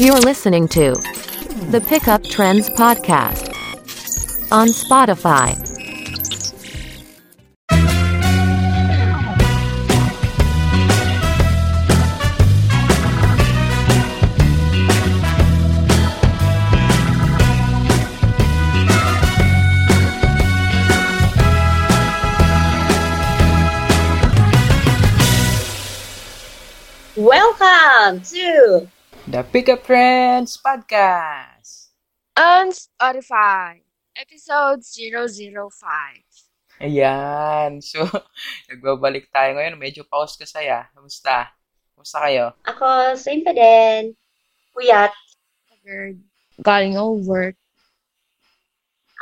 You're listening to the Pickup Trends Podcast on Spotify. Welcome to The Pickup Friends Podcast. on Spotify, episode 005. Ayan. So, nagbabalik tayo ngayon. Medyo pause ka saya. Kamusta? Kamusta kayo? Ako, same pa din. Puyat. Pagod. Galing ako work.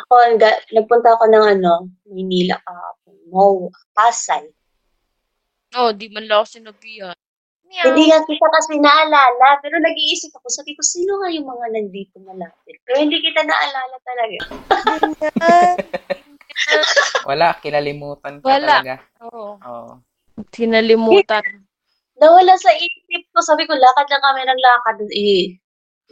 Ako, nga- nagpunta ako ng ano, Manila kahapon. Mo, Pasay. Oh, di man lang ako ah. sinabihan. Meow. Hindi nga kita kasi naalala, pero nag-iisip ako. Sabi ko, sino nga yung mga nandito malapit? Pero hindi kita naalala talaga. Wala. Kinalimutan ka Wala. talaga. Oo, Oo. tinalimutan. Nawala sa isip ko. Sabi ko, lakad lang kami ng lakad. Eh,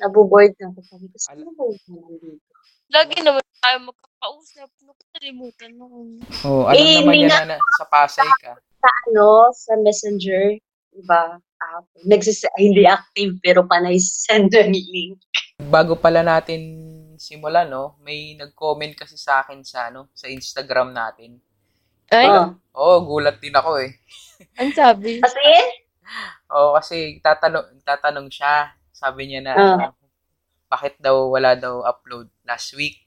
nabuboard na ako. Sabi ko, sino ba yung mga nandito? Lagi naman tayo magkakausap. Nakalimutan mo kung Oo. alam Eh, naman may yan na, na- sa Pasay ka. Sa ano, sa messenger, diba? Ah, nagsis- ay, hindi active, pero panay send ng link. Bago pala natin simulan, no? May nag-comment kasi sa akin sa, ano, sa Instagram natin. Ay, Oh. Oo, gulat din ako eh. ang sabi. Kasi, Oo, kasi tatanong, tatanong siya. Sabi niya na, Ah. ano, bakit daw wala daw upload last week?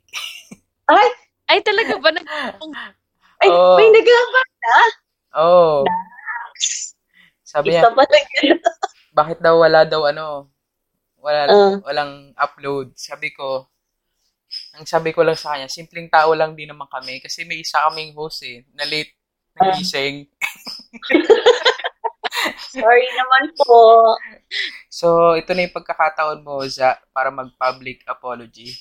Ay, talaga ba? Nag- ay, Oo. may nag Oo. Sabi niya, Isa pa lang yun. bakit daw wala daw ano, wala, Ah. walang upload. Sabi ko, ang sabi ko lang sa kanya, simpleng tao lang din naman kami kasi may isa kaming host eh, na late, nagising. Sorry naman po. So, ito na yung pagkakataon mo, Za, para mag-public apology.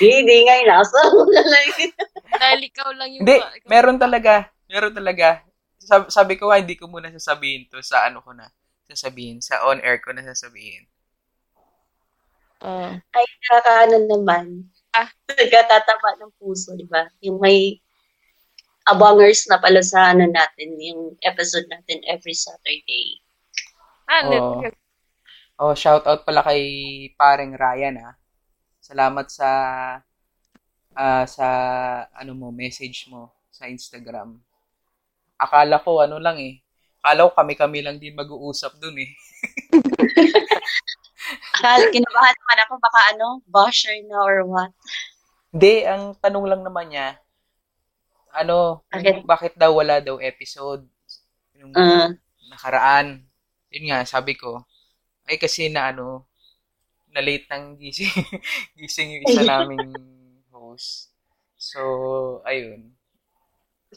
Hindi nga, inasa ko na lang yun. Dahil ikaw lang yung... Hindi, ba- ikaw- meron talaga, meron talaga. Sabi, sabi ko nga, hindi ko muna sasabihin to sa ano ko na, sasabihin, sa on-air ko na sasabihin. Ah. Ay, nakakaano naman. Ah. Nagkatataba ng puso, di ba? Yung may abangers na pala sa ano natin, yung episode natin every Saturday. ah, Oo. nag- Oh, shout out pala kay paring Ryan ah. Salamat sa ah, sa ano mo, message mo sa Instagram. Akala ko ano lang eh. Akala ko kami-kami lang din mag-uusap dun eh. Akala, kinabahan naman ako, baka ano, basher na or what. Hindi, ang tanong lang naman niya, ano, Bakit? bakit daw wala daw episode nung Ah. nakaraan. Yun nga, sabi ko, ay kasi na ano, na late ng gising, gising yung isa naming host. So, ayun.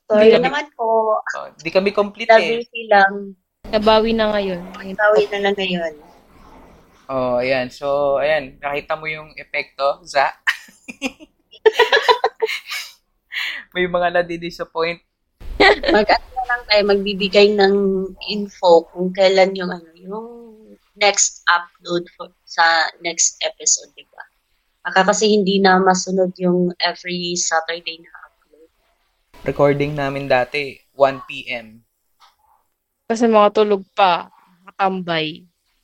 Sorry Hindi kami- naman po. Oh, di kami complete eh. Nabisi lang. Nabawi na ngayon. Ayun. Tawin na lang ngayon. Oh, ayan. So, ayan. Nakita mo yung epekto, Za? May mga nadidisappoint. mag ano na lang tayo, magbibigay ng info kung kailan yung ano, yung next upload for, sa next episode, di ba? Baka kasi hindi na masunod yung every Saturday na upload. Recording namin dati, 1 p.m. Kasi mga tulog pa. Nakatambay.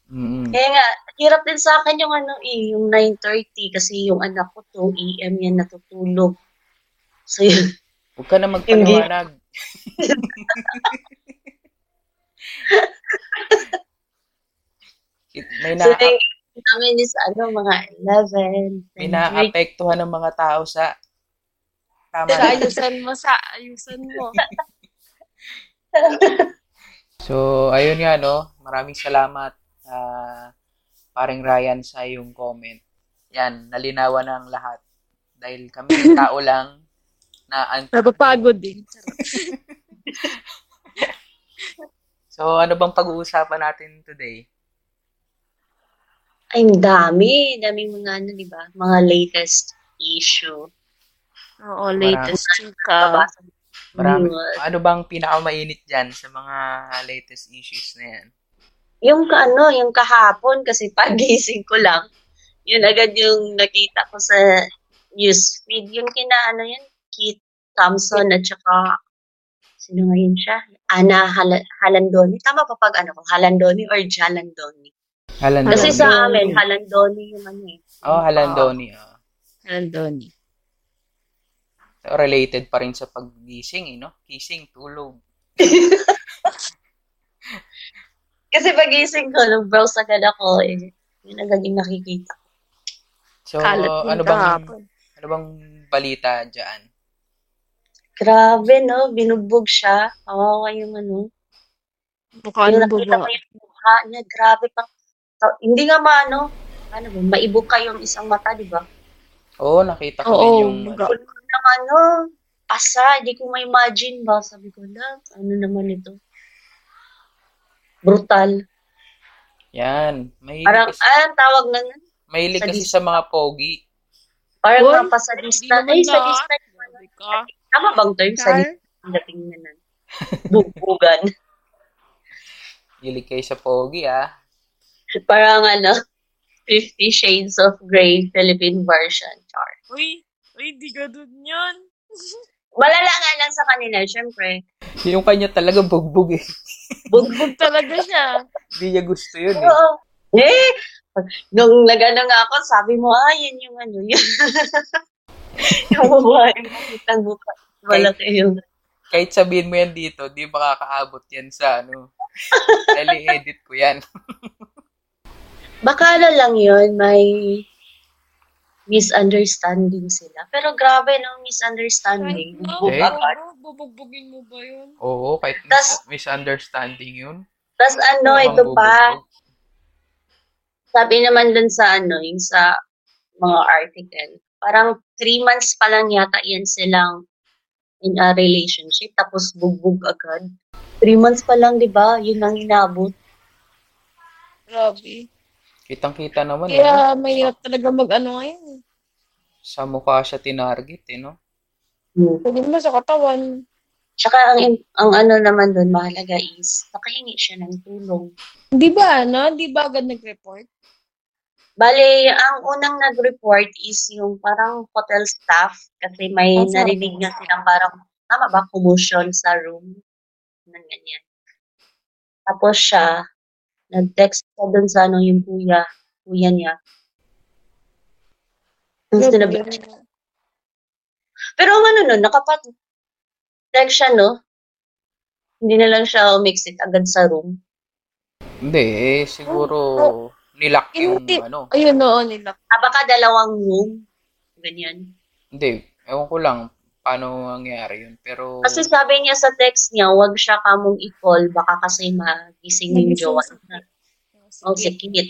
Mm-mm. Kaya nga, hirap din sa akin yung ano eh, yung 9.30 kasi yung anak ko 2 a.m. yan natutulog. So yun, Huwag ka na magpaliwanag. It- may so na yung namin is ano, mga 11. may naapektuhan ng mga tao sa tama. Sa ayusan mo, sa ayusan mo. So, ayun nga no, maraming salamat ah paring Ryan sa iyong comment. Yan, nalinawan ng lahat dahil kami tao lang na an- Napapagod din. So, ano bang pag-uusapan natin today? Ay, ang dami. Dami mga ano, di ba? Mga latest issue. Oo, latest chika. Nabasa mo yung Marami. news. Ano bang pinakamainit dyan sa mga latest issues na yan? Yung ka- ano, yung kahapon kasi pagising ko lang. Yun agad yung nakita ko sa newsfeed. Yung kina ano yun, Keith Thompson at saka sino nga yun siya? Ana Hal- Halandoni. Tama pa pag ano ko, Halandoni or Jalandoni. Halandoni. Kasi sa amin, Halandoni yung ano eh. oh, Halandoni. Oh. Nandoni. So, related pa rin sa paggising, eh, no? Kissing, tulog. Kasi pagising ko, nag-browse agad ako eh. Yun agad yung nakikita. So, Kalat mo ano bang, kahapon. ano bang balita dyan? Grabe no, binugbog siya. Kawawa yung ano. Mukha Yung nang nakita baba. ko yung mukha niya, grabe pa. So, hindi nga maano, ano ba, maibuka yung isang mata, di ba? Oo, Oh, nakita ko Oo, din yung... muga. Kung nang ano, pasa, di ko ma-imagine ba. Sabi ko lang, ano naman ito? Brutal. Yan. Mahilig, Parang, kasi, ah, ang tawag na nun. mahilig kasi sadista. sa mga pogi. Parang Uy, mga pasadista. Ay, hindi naman na. sadista. Sabi ka. Tama bang term? Sadista. ang Dating na nun. Bugbugan. Mahilig kayo sa pogi, ah. Parang ano, Fifty Shades of Grey Philippine version. Char. Uy, uy, di ganun yun. Malala nga lang sa kanila, syempre. Yung kanya talaga bugbog, eh. Bugbog talaga siya. Hindi niya gusto yun, eh. Oo. Eh, nung nagano nga ako, sabi mo, ah, yan yung ano, yun. yung babae, kitang buka. Wala kayo. Kahit sabihin mo yan dito, di makakaabot yan sa ano. Dahil edit ko yan. Bakala ano lang yun, may misunderstanding sila. Pero grabe no, misunderstanding. Ano? Okay. Bukakat. Bubugbugin mo ba yun? Oo, kahit Tas- mis- misunderstanding yun. Tapos ano, mukhang ito pa, bubugbog. sabi naman dun sa ano, yung sa mga article, parang three months pa lang yata yan silang in a relationship, tapos bugbog agad. Three months pa lang, di ba? Yun ang inabot. Grabe. Kitang-kita naman, eh. Kaya mahirap talaga mag-ano ngayon. Sa mukha siya tinarget, eh, no? Hmm. Pwede mo sa katawan. Tsaka ang, ang ano naman dun, mahalaga is, nakahingi siya ng tulong. Di ba, ano? Di ba agad nag-report? Bale, ang unang nag-report is yung parang hotel staff kasi may Oh, sorry. narinig na silang parang, tama ba, commotion sa room? Nang ganyan. Tapos siya, nag-text siya dun sa ano yung kuya, kuya niya. Tapos tinabi- Pero ang ano nun, nakapag text siya, no? Hindi na lang siya umixit agad sa room. Hindi, eh, siguro nilak yung Hindi. ano. Ayun, oo, nila. Ah, baka dalawang room. Ganyan. Hindi, ewan ko lang paano nangyari yun. Pero, Kasi sabi niya sa text niya, wag siya kamong i-call, baka kasi magising yung Magising jowa si niya. Oh, O, Sige. sakit.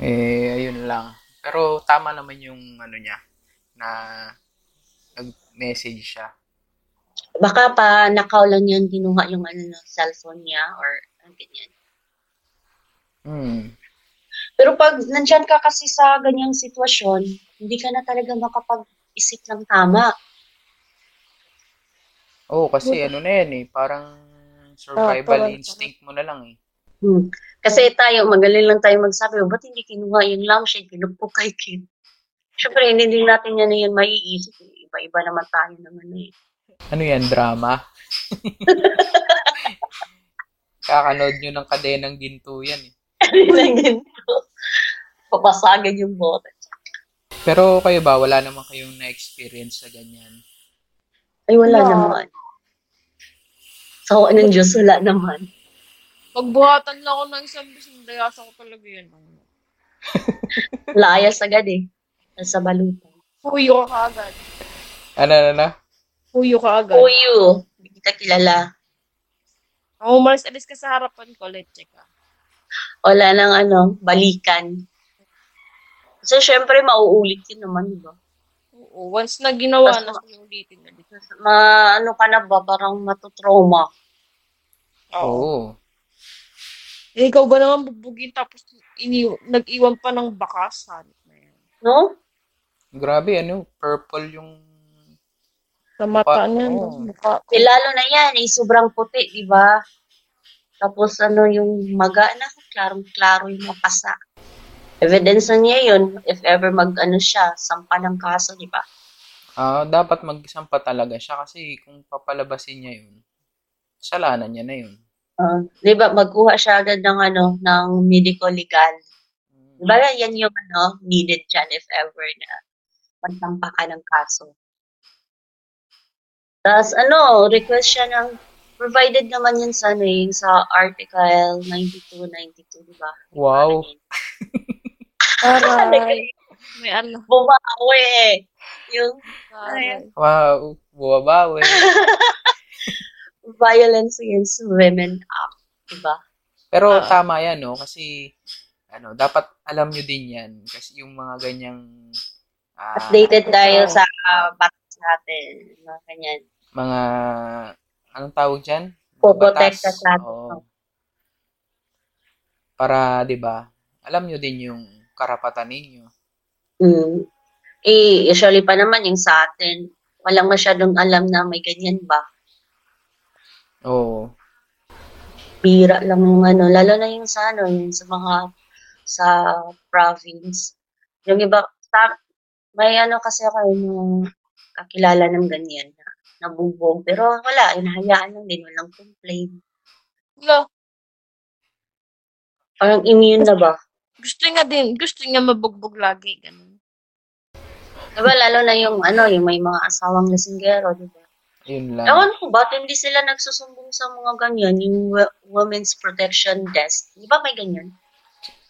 eh, ayun lang. Pero tama naman yung ano niya, na nag-message siya. Baka pa nakaw lang niya kinuha yung ano, ng cellphone niya or ang ganyan. Hmm. Pero pag nandyan ka kasi sa ganyang sitwasyon, hindi ka na talaga makapag-isip ng tama. Oo, kasi ano na yan eh, parang survival Ah, parang- instinct mo na lang eh. Hmm. Kasi tayo, magaling lang tayo magsabi, "Oh, ba't hindi kinuha yung lampshade, pinagpo kay Kim? Siyempre, hindi din natin yan na yun maiisip. Iba-iba naman tayo naman eh. Ano yan, drama? Kakanood nyo ng kadenang ginto yan eh. Lang ganito. Papasagan yung bote. Pero kayo ba, wala naman kayong na-experience sa ganyan? Ay, wala Wala. naman. Sa so, ng Diyos, wala naman. Pagbuhatan lang ako ng isang beses, dayasan ko talaga yun. Layas agad eh. Sa balutan. Puyo ka agad. Ano, ano, ano? Puyo ka agad. Uyo, hindi kita kilala. Kung umalis alis ka sa harapan ko, let's check ah. ka. Wala nang ano, balikan. So, syempre, mauulit yun naman, di ba? Oo, once na ginawa na, Basta- ulitin na dito. Ma, ano ka na ba? Parang matutrauma. Oo. Eh, ikaw ba naman bubugin tapos ini- nag-iwan pa ng bakas? Hanip na yan. No? Grabe, ano, purple yung... Sa mata Mukha- niya, oo. mukha. Eh, lalo na yan, eh, sobrang puti, di ba? Tapos ano yung maga na, klarong-klaro yung mapasa. Evidence na niya yun, if ever mag-ano siya, sampa ng kaso, di ba? Ah, dapat magsampa talaga siya kasi kung papalabasin niya yun, kasalanan niya na yun. Ah, di ba, magkuha siya agad ng ano, ng medical legal. Mm. Di ba, yan yung ano, needed dyan if ever na magtampa ka ng kaso. Tapos ano, request siya ng, provided naman yan sa, ano, yung sa article 92, 92, di ba? Wow. Aray. May ano. Bumawi eh. Yung Aray. Wow. Buwabawi. Violence Against Women Act, di ba? Pero Ah. tama yan, no? Kasi, ano, dapat alam nyo din yan. Kasi yung mga ganyang, ah, Updated tayo sa uh, batas natin. Mga kanyan. mga, anong tawag dyan? Poprotekta Batas. sa atin. Oo. Para, di ba, alam nyo din yung karapatan ninyo. Mm. Eh, usually pa naman yung sa atin, walang masyadong alam na may ganyan ba. Oo. Bira lang yung ano, lalo na yung sa ano, yung sa mga, sa province. Yung iba, sa, may ano kasi ako yung kakilala ng ganyan na nabubog. Pero wala, inahayaan lang din, walang complain. Lo, Parang immune na ba? gusto nga din. Gusto nga mabugbog lagi. Ganun. Diba lalo na yung ano, yung may mga asawang lasinggero, diba? Yun lang. Ewan ko, ba't hindi sila nagsusumbong sa mga ganyan, yung wo- Women's Protection Desk? Di ba may ganyan?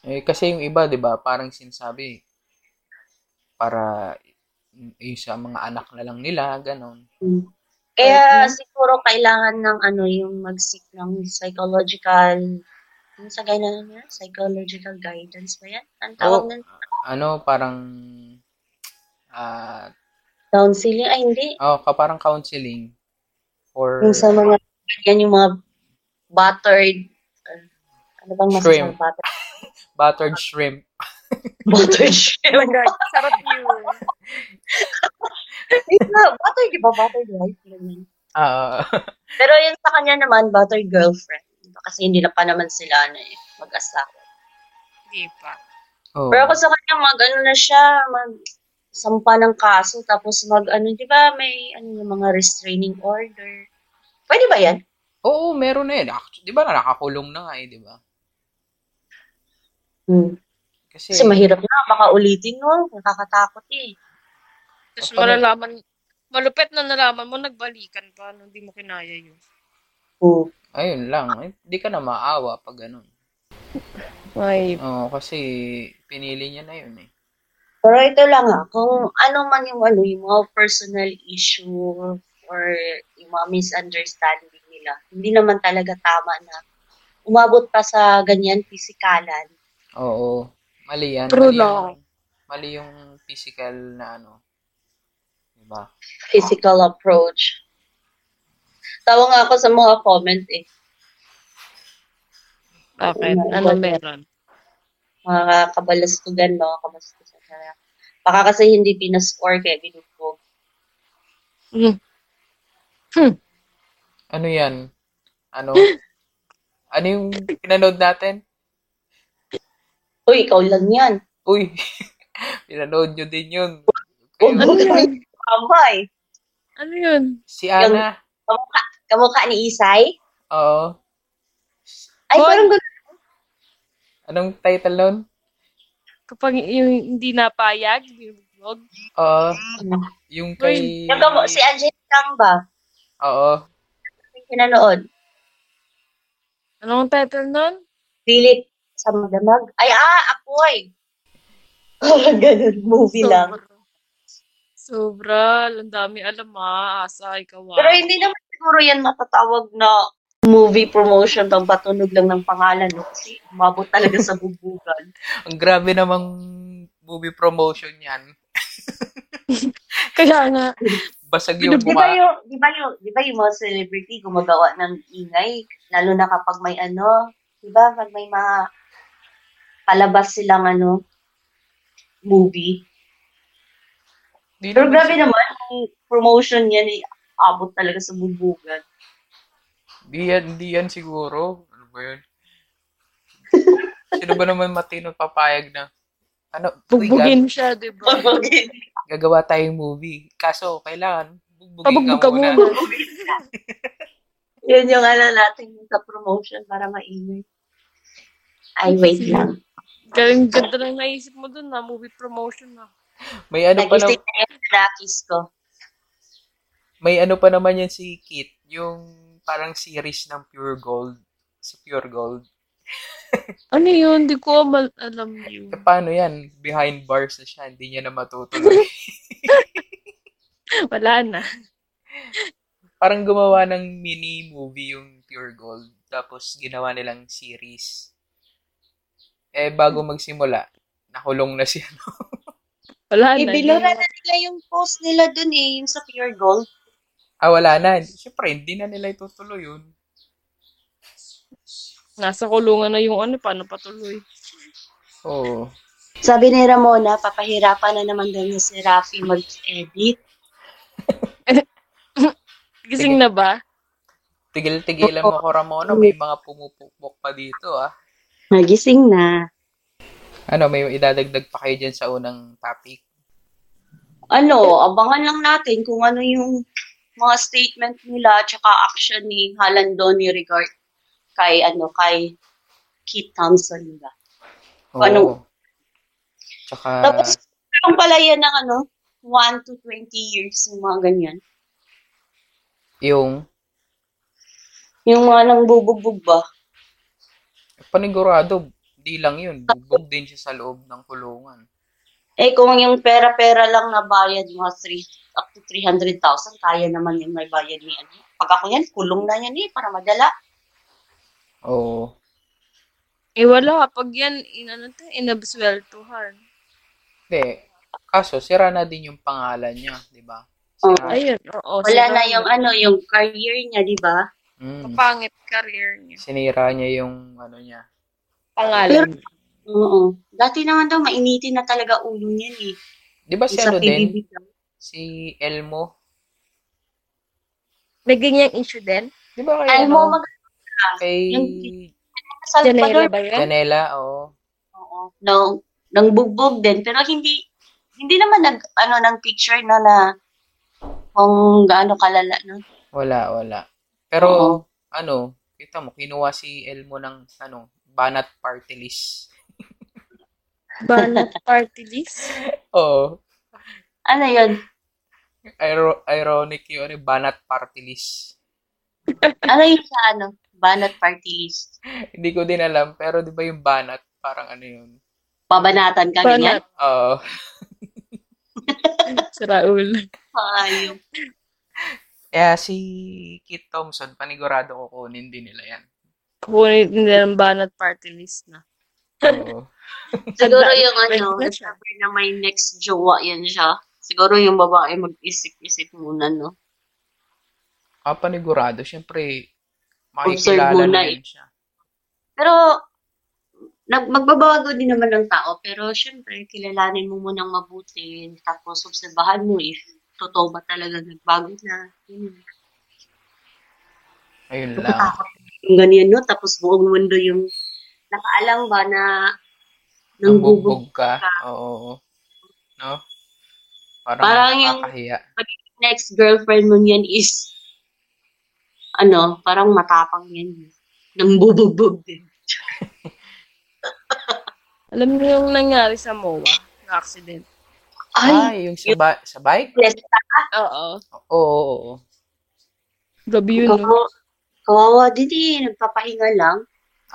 Eh, kasi yung iba, di ba, parang sinasabi, para yung sa mga anak na lang nila, ganon. Kaya Right, ma'am. siguro kailangan ng ano, yung mag-seek ng psychological, yung sa ganyan na, psychological guidance ba yan? Ang tawag Oo. nun? Ano, parang, ah, Counseling? Ay, hindi. Oh, ka parang counseling for Yung sa mga ganyan, yung mga battered, uh, ano bang masasabi? Shrimp. Battered, battered shrimp. battered shrimp. Oh Sarap yun. Di ba? Battered, di ba? Battered wife. Ganyan. Ah, Pero yun sa kanya naman, battered girlfriend. Kasi hindi na pa naman sila ano eh, mag-asawa. Di pa. oh. Pero ako sa kanya, mag ano na siya, mag sampa ng kaso, tapos mag ano, di ba may ano yung mga restraining order. Pwede ba yan? Oo, meron na yun. Actu- di ba na nakakulong na nga eh, di ba? Hmm. Kasi, Kasi mahirap na, baka ulitin no, nakakatakot eh. Tapos Opo. malalaman, malupit na nalaman mo, nagbalikan pa. Nung di mo kinaya yun. Oo. ayun lang. eh, Di ka na maawa pag ganun. Ay. Oo, kasi pinili niya na yun eh. Pero ito lang ah, kung ano man yung ano, yung mga personal issue or yung mga misunderstanding nila, hindi naman talaga tama na umabot pa sa ganyan pisikalan. Oo, mali yan. True mali lang. yung, mali yung physical na ano. Diba? Di ba? physical approach. Tawa nga ako sa mga comment eh. Bakit? Ano, Ano bakit? meron? Mga kabalastugan, mga kabalastugan. Baka kasi hindi pinascore kaya binugbog. Hmm. Ano yan? Ano? ano yung pinanood natin? Uy, ikaw lang yan. Uy, pinanood nyo din yun. Huwag Kayo- mo kamay. Kamay. Ano yun? Si eh. Ana. Kamukha, kamukha ni Isay? Oo. Ay, Hoy. parang gano'n. Anong title nun? Kapag yung hindi napayag, binugbog. Oo. yung kay... Yung kamu- si Angel Kang ba? Oo. Yung pinanood. Anong title nun? Pilit sa madamag. Ay, ah, apoy. Parang gano'n. Movie lang. Sobra. Sobra. Ang dami alam ha. Asa, ikaw ah. Pero hindi naman siguro yan matatawag na movie promotion pang patunog lang ng pangalan no? kasi umabot talaga sa bubugan. Ang grabe namang movie promotion yan. Kaya nga. Basag yung Di ba mukha. yung, di ba yung, di ba yung mga celebrity gumagawa ng ingay, lalo na kapag may ano, di ba, pag may mga palabas silang ano, movie. Di Pero naman grabe siya- naman, ang promotion yan ay abot talaga sa bubugan. Di yan, di yan siguro. Ano ba yun? Sino ba naman matino papayag na, ano, uy, gag- Bugbugin siya, di ba? Bugbugin. gagawa tayong movie. Kaso, kailangan, bugbugin Pabugbog ka ka muna. muna. Yun yung ano natin sa promotion para maingay. Ay, wait lang. Galing ganda lang naisip mo dun na, movie promotion ah. na. May ano pa Nag-stay naman, na yung nakis ko. may ano pa naman yan si Kit, yung parang series ng Pure Gold, sa Pure Gold. Ano yun? Di ko mal- alam yun. E, paano yan? Behind bars na siya, hindi niya na matutuloy. Wala na. parang gumawa ng mini movie yung Pure Gold. Tapos ginawa nilang series. Eh, bago magsimula, nakulong na siya. Ano Wala na. Ibinuran na nila yung post nila dun eh, yung sa Pure Gold. ah, wala na. Siyempre, hindi na nila itutuloy yun. Nasa kulungan na yung ano, paano patuloy. Oo. Sabi ni Ramona, papahirapan na naman daw niya si Rafi mag-edit. Gising na ba? Tigil-tigilan mo ko, Ramona. May mga pumupukpok pa dito, ah. Nagising na. Ano, may idadagdag pa kayo dyan sa unang topic. Ano, abangan lang natin kung ano yung mga statement nila tsaka action ni Halandoni regard kay ano kay Keith Thompson ba. Oo. Ano? Tsaka, Tapos, yung pala yan ng ano, 1 to 20 years, yung mga ganyan. yung Yung mga nang bubugbog ba? panigurado, di lang yun. Bugbog din siya sa loob ng kulungan. Eh, kung yung pera-pera lang na bayad, mga 3, up to 300,000, kaya naman yung may bayad ni ano. Pag ako yan, kulong na yan eh, para madala. Oo. Eh wala, pag yan, inano to, inabsweltuhan. Hindi. Kaso, sira na din yung pangalan niya, di ba? Oh, Sira. Ayun, oo. Wala sila- na yung ano, yung career niya, di ba? Mm. Kapangit career niya. Sinira niya yung ano niya. Pangalan. Oo. Dati naman daw, mainitin na talaga ulo niyan eh. Di ba si Yung Sa ano din? PBB daw. Si Elmo? May ganyang issue din? Di ba kay Alam mo, ano? mag Kay Yung- Salvador. Janela ba yan? Janela, oo. Oo. Nang, nang bugbog din. Pero hindi, hindi naman nag, ano, ng picture na na kung gaano kalala, no? Wala, wala. Pero, Oo. ano, kita mo, kinuha si Elmo ng, ano, banat party list. Banat party list? Oo. Ano yun? Iro- ironic yun, ano, banat party list. Ano yun sa ano? Banat party list. Hindi ko din alam, pero di ba yung banat, parang ano yun? Babanatan ka ganyan? Banat. Oo. Si Raul. Ayun. Kaya Eh, si Kit Thompson, panigurado ko kunin din nila yan. Kunin nila ng banat party list na. Oo. Siguro yung ano, Pwede na siya. sabi na may next jowa yan siya. Siguro yung babae mag-isip-isip muna, no? ah, panigurado, syempre, Observe makikilala muna na eh. yun siya. Pero, nag magbabago din naman ng tao. Pero, syempre, kilalanin mo munang mabuti. Tapos, obserbahan mo if totoo ba talaga nagbago na. Yun. Ayun lang. Natatakot yung ganyan, no? Tapos, buong mundo yung nakaalam ba na nang bubog Nambugbog ka. Oo. No? Parang Parang, parang yung- nakakahiya. next girlfriend mo niyan is ano, parang matapang yan. Nang bubugbog din. Alam niyo yung nangyari sa MOA? Na accident. Ay, Ay, yung sa, ba- sa bike? yes. Oo. Oo, oo, oo. Gabi yun, no? Kawawa, kawawa din eh. Nagpapahinga lang.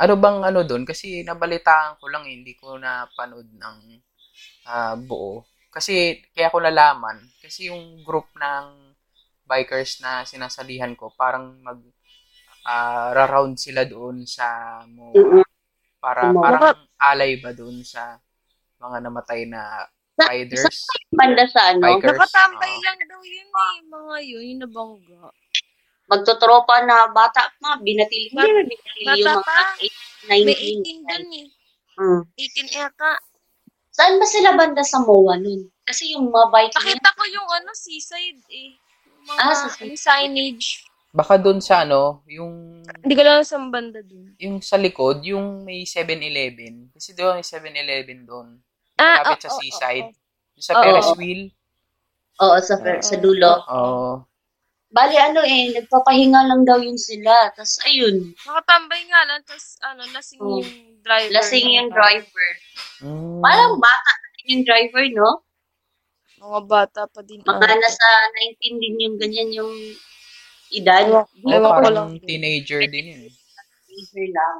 Ano bang ano doon? Kasi nabalitaan ko lang, eh, hindi ko napanood ng ah, buo. Kasi, kaya ko nalaman. Kasi yung group ng bikers na sinasalihan ko, parang mag ah, ra-round sila doon sa mga Mm-mm. para Mga- parang alay ba doon sa mga namatay na Sa- riders, Banda sa ano, bikers. Nakatambay Oo. lang daw yun eh. Mga yun, yung nabangga. magtotropa na bata pa, binatili na, binatili Bata yung pa. mga May 8, 18 19. dun eh. Mm. 18 ata. Saan ba sila banda sa MOA nun? Kasi yung mga bike niya, Nakita ko yung ano, seaside eh. Yung Mga, Ah, seaside. yung signage. Baka doon sa ano, yung Hindi ko lang sa banda dun. yung sa likod, yung may 7-Eleven. Kasi doon may 7-Eleven doon. Ah, Malapit sa Ah, oo, oo, seaside. oo. Sa Oo. Ferris wheel. Oo, sa, per- sa dulo. Oo. Bali, ano eh, nagpapahinga lang daw yun sila. Tapos, ayun, Nakatambay nga lang, tapos ano, lasing Oh. yung driver. Hmm. lasing yung driver. Mm. Parang bata pa din yung driver, no? Mga bata pa din. Mga ano. nasa 19 din yung ganyan yung edad. Ewan- Oo, ewan ko lang. parang teenager din yun. eh. Driver lang.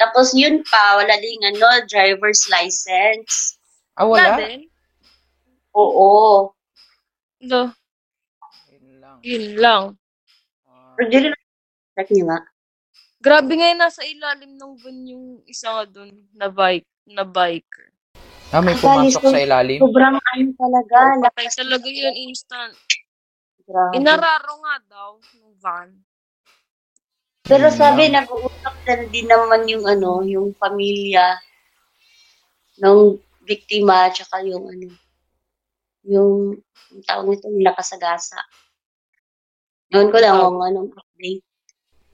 Tapos yun pa, wala din ano, driver's license. Ah, wala? Wala din. Oo. No, Yun lang. yun lang. Ah, Pero di rin check nyo nga. Grabe nga yun, nasa ilalim ng van yung isa nga dun na bike, na biker. Ah, may pumasok sa ilalim. Sobrang ano talaga. Patay talaga yun, instant. Grabe. Inararo nga daw ng van. Pero sabi, nag-uusap na din naman yung ano, yung pamilya ng biktima, tsaka yung ano, yung, yung tawag nito, yung lakasagasa. Noon ko lang kung anong update.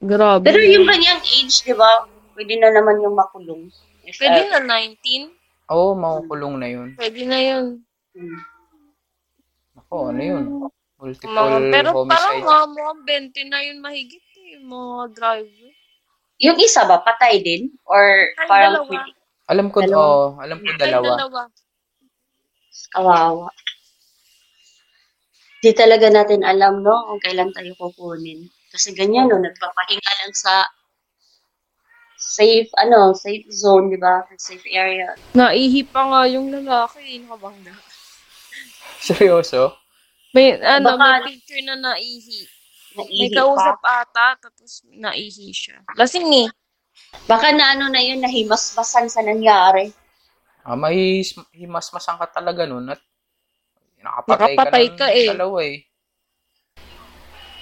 Grabe. Pero yung kanyang age, di ba, pwede na naman yung makulong. If Pwede ever. na 19. Oo, oh, makukulong na yun. Pwede na yun. Hmm. Ako, ano yun? Multiple Mga, pero parang homicide. mga, mga 20 na yun mahigit eh, yung mga driver. Yung isa ba, patay din? Or Ay, parang dalawa. quick? Alam ko, Dalawa. oo, alam ko Ay, dalawa. dalawa. Kawawa. Di talaga natin alam, no, kung kailan tayo kukunin. Kasi ganyan, no, nagpapahinga lang sa safe, ano, safe zone, di ba? Safe area. Naihi pa nga yung lalaki, eh, nakabangga. Seryoso? May, ano, Baka- may picture na naihi. May Naihi kausap pa. ata, tapos naihi siya. Lasing eh. Baka na ano na yun, nahimasbasan sa nangyari. Ah, may sm- himasmasan ka talaga nun at nakapatay, Nakapatay ka, ka ng eh. dalawa eh.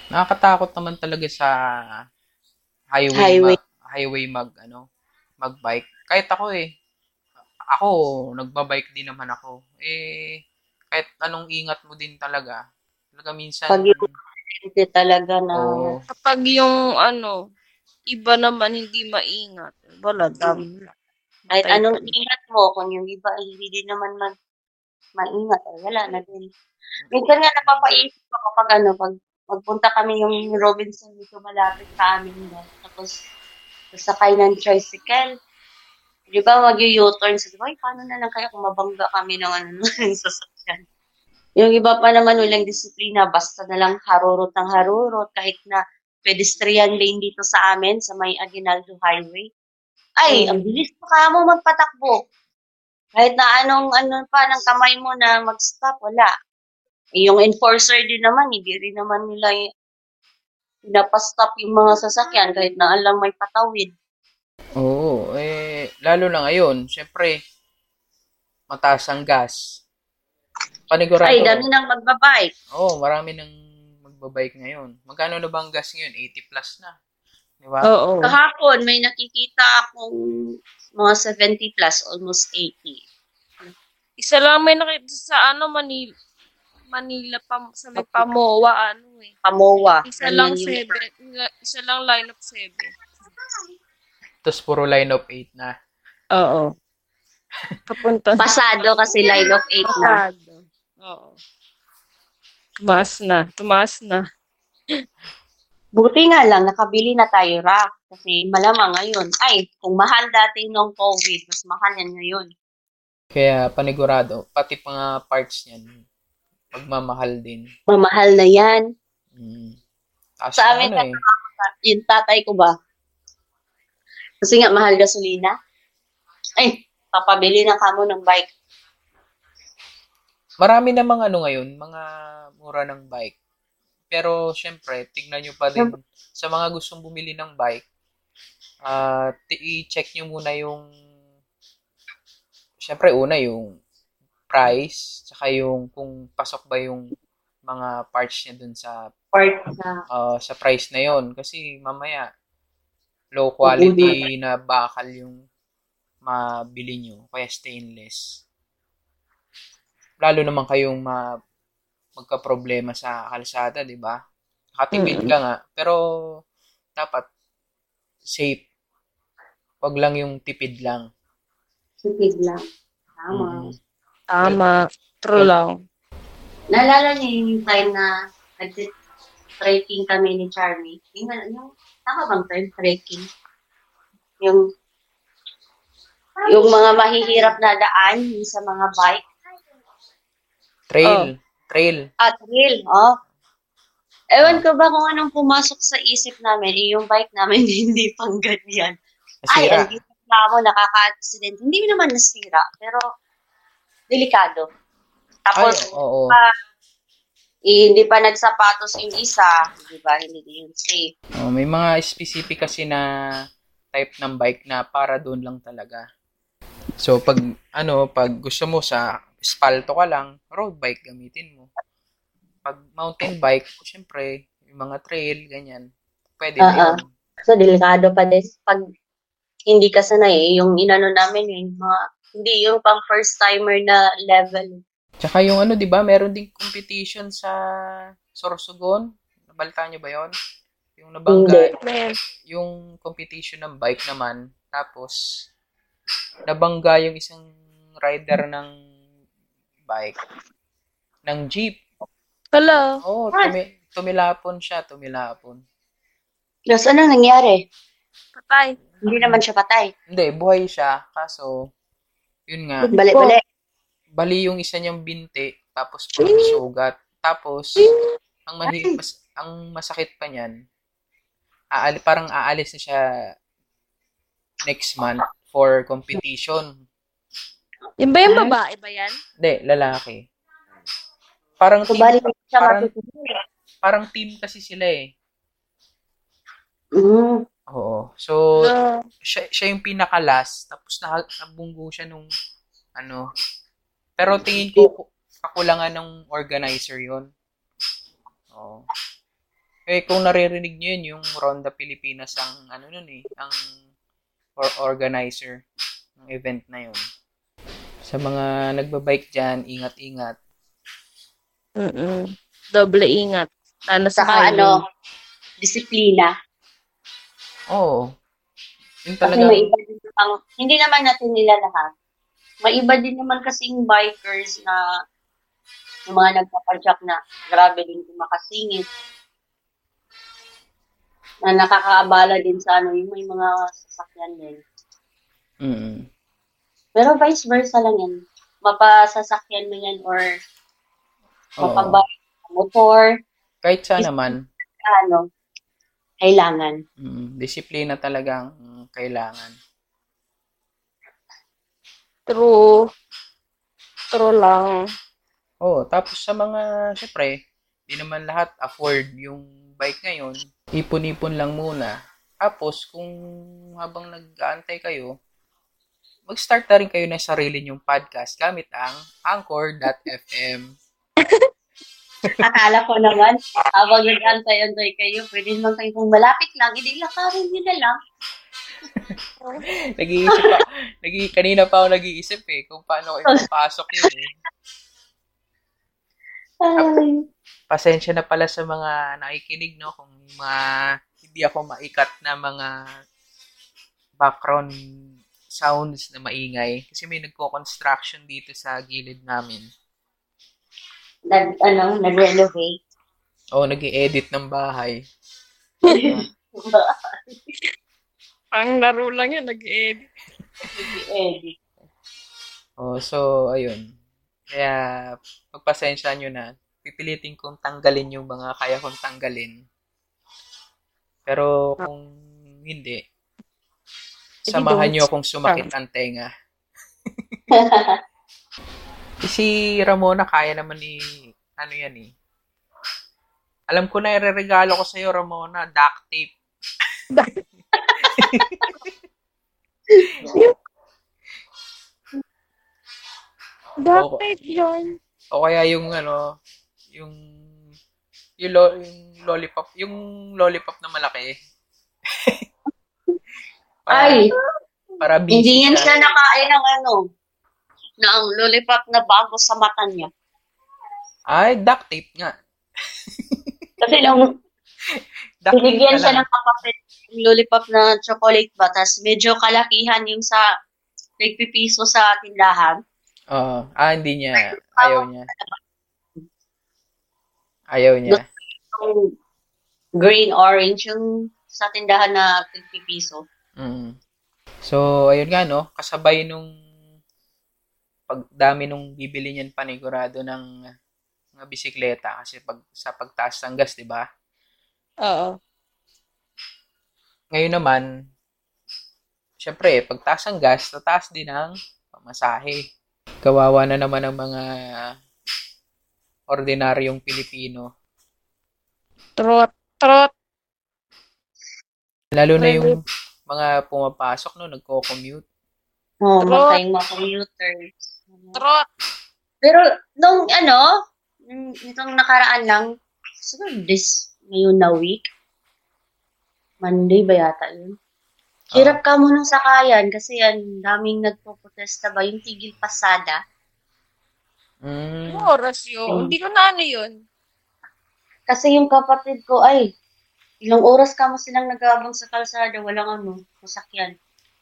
Nakakatakot naman talaga sa highway, Highway. Mag, highway mag, ano, magbike. Kahit ako eh. Ako, nagbabike din naman ako. Eh, kahit anong ingat mo din talaga. Talaga minsan, Pag yung- Hindi talaga na. oo. Kapag yung ano, iba naman hindi maingat, wala dam. kahit Patay anong ka. ingat mo, kung yung iba, ay hindi din naman man, maingat, ay wala na din. Minsan nga napapaisip ako pag ano, pag magpunta kami yung Robinson dito malapit sa amin no? Tapos, sasakay ng tricycle. Di ba, mag u-turn. Sabi ko, "Ay, paano na lang kaya kung mabangga kami ng ano, ng sasakyan. Yung iba pa naman walang disiplina, basta na lang harurot ng harurot, kahit na pedestrian lane dito sa amin, sa may Aguinaldo Highway. Ay, ang bilis pa kaya mo magpatakbo. Kahit na anong ano pa ng kamay mo na mag-stop, wala. Eh, Yung enforcer din naman, hindi rin naman nila y- pinapastop yung mga sasakyan kahit na alam may patawid. Oo, eh, lalo na ngayon, syempre, mataas ang gas. Panigurado. Ay, dami nang magbabike. Oo, marami nang magbabike ngayon. Magkano na bang gas ngayon? 80 plus na. Di ba? Oh. Oo. Kahapon, may nakikita akong mga 70 plus, almost 80. Isa lang may nakita sa ano, Manila. Manila pa, sa may Pamoa, ano eh. Kamowa. Isa lang Ganyan Ah, yung- seven, isa lang line of seven. Tapos puro line of 8 na. Oo. Papunta na. Pasado kasi line of 8 na. Pasado. Oo. Tumaas na. Tumaas na. Buti nga lang, nakabili na tayo rack. Kasi malamang ngayon. Ay, kung mahal dati nung COVID, mas mahal yan ngayon. Kaya panigurado, pati mga parts niyan, magmamahal din. Mamahal na yan. Mm. Taas Sa na amin, ano eh. Yung tatay ko ba? Kasi nga, mahal gasolina. Ay, papabili na kamo ng bike. Marami namang ano ngayon, mga mura ng bike. Pero syempre, tignan nyo pa rin sa mga gustong bumili ng bike. ah ti- i-check nyo muna yung syempre una yung price, tsaka yung kung pasok ba yung mga parts niya dun sa Part na. ah, sa price na yon kasi mamaya low quality na bakal yung mabili nyo, kaya stainless. Lalo naman kayong ma magka-problema sa kalsada, di ba? Nakatipid Mm. ka nga. Pero, dapat, safe. Huwag lang yung tipid lang. Tipid lang. Tama. Mm. Tama. True lang. Naalala niyo yung time na nag-trekking kami ni Charmy? Yung, yung tama bang term, trekking? Yung yung mga mahihirap na daan yung sa mga bike Oh. Trail. Trail. at trail, oh. Ewan ko ba kung anong pumasok sa isip namin, eh, yung bike namin hindi pang ganyan. Ay, Nasira. ang hirap na ako, nakaka-accident. Hindi naman nasira, pero delikado. Ay, Tapos, oo. pa, eh, hindi pa nagsapatos yung isa, di ba? Hindi yun safe. Oh, may mga specific kasi na type ng bike na para doon lang talaga. So pag ano, pag gusto mo sa espalto ka lang, road bike gamitin mo. Pag mountain bike, syempre, yung mga trail ganyan, pwede na Ah, ah. yun. So, delikado pa din. Pag hindi ka sanay, eh, yung inano namin, yung mga, hindi yung pang first timer na level. Tsaka yung ano, 'di ba, meron ding competition sa Sorsogon. Nabalta niyo ba 'yon? Yung Hindi. nabangga, Man. yung competition ng bike naman, tapos nabangga yung isang rider ng bike, ng jeep. Hello. Oh, tumi- tumilapon siya, tumilapon. Tapos, anong nangyari? Patay. Hindi naman siya patay. Hindi, buhay siya, kaso, yun nga, Balik-balik. bali yung isa niyang binti, tapos puro sugat. Tapos, ang, mahi- mas- ang masakit pa niyan, aali- parang aalis na siya next month for competition. Yan ba yung babae ba yan? Hindi, lalaki. Parang So, team, balik siya parang- matutuloy. parang team kasi sila eh. Mm. Oo. So, Ah. Hello. siya, siya yung pinaka-last. Tapos na, nabunggo siya nung, ano. Pero tingin ko, ku- kakulangan ng organizer yon Oo. Eh, kung naririnig niyo yun, yung Ronda Pilipinas ang, ano nun eh, ang or organizer ng event na yun. Sa mga nagbabike dyan, ingat-ingat. Mm-mm. Doble ingat. Lalo sa Saka highway. ano, disiplina. Oo. Yun Kasi talaga. may iba din ang, hindi naman natin nila lahat. May iba din naman kasing bikers na yung mga nagpapadyak na grabe din kumakasingit. Na nakakaabala din sa ano, yung may mga sasakyan din. Mm. Pero vice versa lang yan. Mapasasakyan mo yan or Oo. mapabike motor, Kahit saan naman, ano, kailangan. mm, disiplina talagang mm, kailangan. True. True lang. Oo, tapos sa mga, syempre, di naman lahat afford yung bike ngayon. Ipon-ipon lang muna. Tapos, kung habang nag-aantay kayo, mag-start na rin kayo ng sarili niyong podcast gamit ang anchor.fm. Akala ko naman, habang nag-antay-antay kayo, pwede naman kayo kung malapit lang, hindi lakarin nyo na lang. Nag-iisip pa, nag kanina pa ako nag-iisip eh, kung paano ko ipapasok yun eh. Ay, pasensya na pala sa mga nakikinig, no? Kung mga, hindi ako maikat na mga background sounds na maingay. Kasi may nagko-construction dito sa gilid namin. nag, ano, nag-renovate. O, nag edit ng bahay. Ang laro lang yan, nag-edit. Edit. O, Oh, so, ayun. Kaya, pagpasensya nyo na. Pipilitin kong tanggalin yung mga kaya kong tanggalin. Pero, kung hindi, samahan nyo akong sumakit ang tenga. si Ramona kaya naman ni ano yan eh. Alam ko na ireregalo ko sa'yo, Ramona, duct tape. Bakit yun? O kaya yung ano, yung yung, lo- yung lollipop, yung lollipop na malaki. para, Ay, para busy hindi yan siya. siya nakain ng ano, na ang lollipop na bago sa mata niya. Ay, duct tape nga. Kasi nung, Duckling Binigyan ka siya ng lang. kapatid ng lollipop na chocolate ba, tas medyo kalakihan yung sa nagpipiso sa tindahan. Oo. Ah, hindi niya. Ayaw niya. Ayaw niya. Yung green-orange yung sa tindahan na nagpipiso. Mm. So, ayun nga, no? Kasabay nung pagdami nung bibili niyan panigurado ng mga bisikleta kasi pag sa pagtaas ng gas, 'di ba? Oo. Ngayon naman, syempre, pagtaas ng gas, tataas din ang pamasahe. Kawawa na naman ang mga ordinaryong Pilipino. Trot. Trot. Lalo na yung mga pumapasok, no? Nagko-commute. Oo, oh, Trot. matayong mga commuters. Trot. Pero, nung ano, nung- nitong nakaraan lang, siguro this, ngayon na week, Monday ba yata yun? Hirap ka mo nung sakayan kasi ang daming nagpo-protesta ba yung tigil pasada. Mm. Anong oras yun? Hindi ko na ano yun. Kasi yung kapatid ko, ay, ilang oras ka mo silang nag-aabang sa kalsada, walang ano, sasakyan.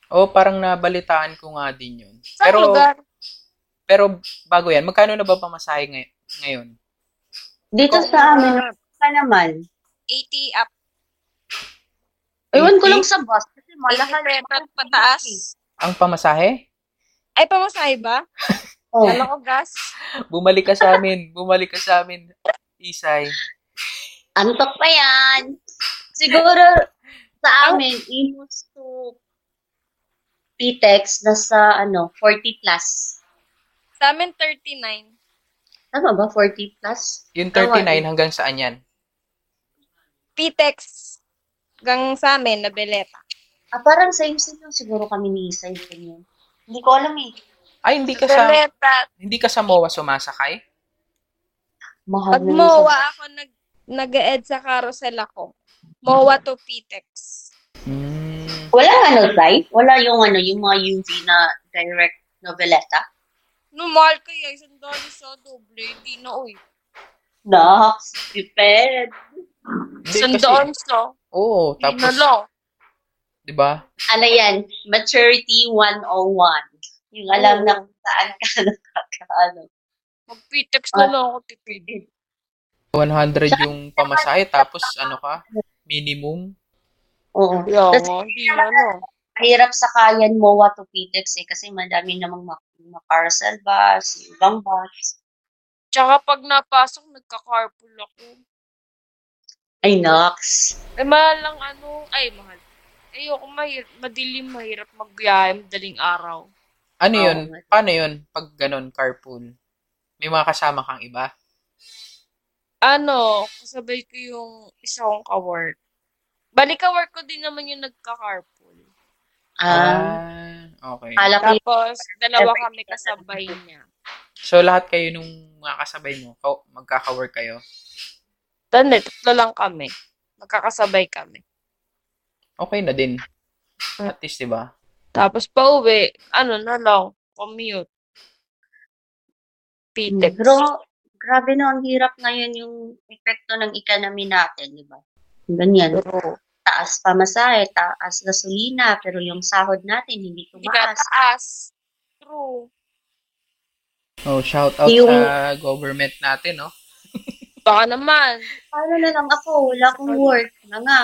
Oh, parang nabalitaan ko nga din yun. Sa lugar? Pero bago yan, magkano na ba pamasahe ngay- ngayon? Dito sa amin, ka naman. 80 up. Ewan ko lang sa bus kasi 80 malahal. eh. pesos pataas. Ang pamasahe? Ay, pamasahe ba? Oh. Alam ko gas. Bumalik ka sa amin. Bumalik ka sa amin. Isay. Antok pa yan. Siguro sa amin, imus to PTEX na sa ano, 40 plus. Sa amin 39. Tama ba? 40 plus? Yung 39 eh. hanggang saan yan? Pitex. Gang sa amin, na beleta. Ah, parang same same lang siguro kami ni Isa yun. yun. Hindi ko alam eh. Ay, hindi ka sa Beleta. hindi ka sa MOA sumasakay? Mahal Pag na yun MOA sa- ako, nag, nag-ed sa carousel ako. MOA to E Pitex. Mm. Wala ano, right? Wala yung ano, yung mga UV na direct noveleta. No, mahal ko yun. Isang dollar sa doble. Hindi na, uy. Nox, stupid. Isang dollar sa. Oo, Hindi na tapos, lang. 'di ba? Ano yan? Maturity 101. Yung alam na kung saan ka ano. nakakaano. Mag-Pitex E na lang ako tipid. 100 yung pamasahe tapos ano ka? Minimum. Oo. Kaya That's nga, ah, oh, hindi na, no. mahirap sakayan mo what to Pitex eh kasi madami namang mga, mga parcel bus, yung ibang bus. Tsaka pag napasok, nagka-carpool ako. Ay, Nox. Ay, mahal lang ano. Ay, mahal. Ayoko mahirap, madilim, mahirap magbiyahe, madaling araw. Ano Oo, 'yun? nga. Paano 'yun pag ganun carpool? May mga kasama kang iba? Ano, kasabay ko yung isa kong kawork. Bali, kawork ko din naman yung nagka-carpool. Ah, ah okay. kala ko yung Tapos, dalawa kami kasabay niya. So, lahat kayo nung mga kasabay mo, ka- magkaka-work kayo? Tanda, tatlo lang kami. Magkakasabay kami. Okay na din. Ah. At least, di ba? Tapos, pauwi, ano na lang, commute. Pitex. Pero, grabe na, ang hirap ngayon yung epekto ng economy natin, di ba? Ganyan. Pero, Taas pamasahe, taas gasolina, pero yung sahod natin hindi Hindi ka tumaas. taas. True. Oh, shout out Yung- sa government natin, no? Baka naman. Paano na lang ako? Wala akong work. Na nga.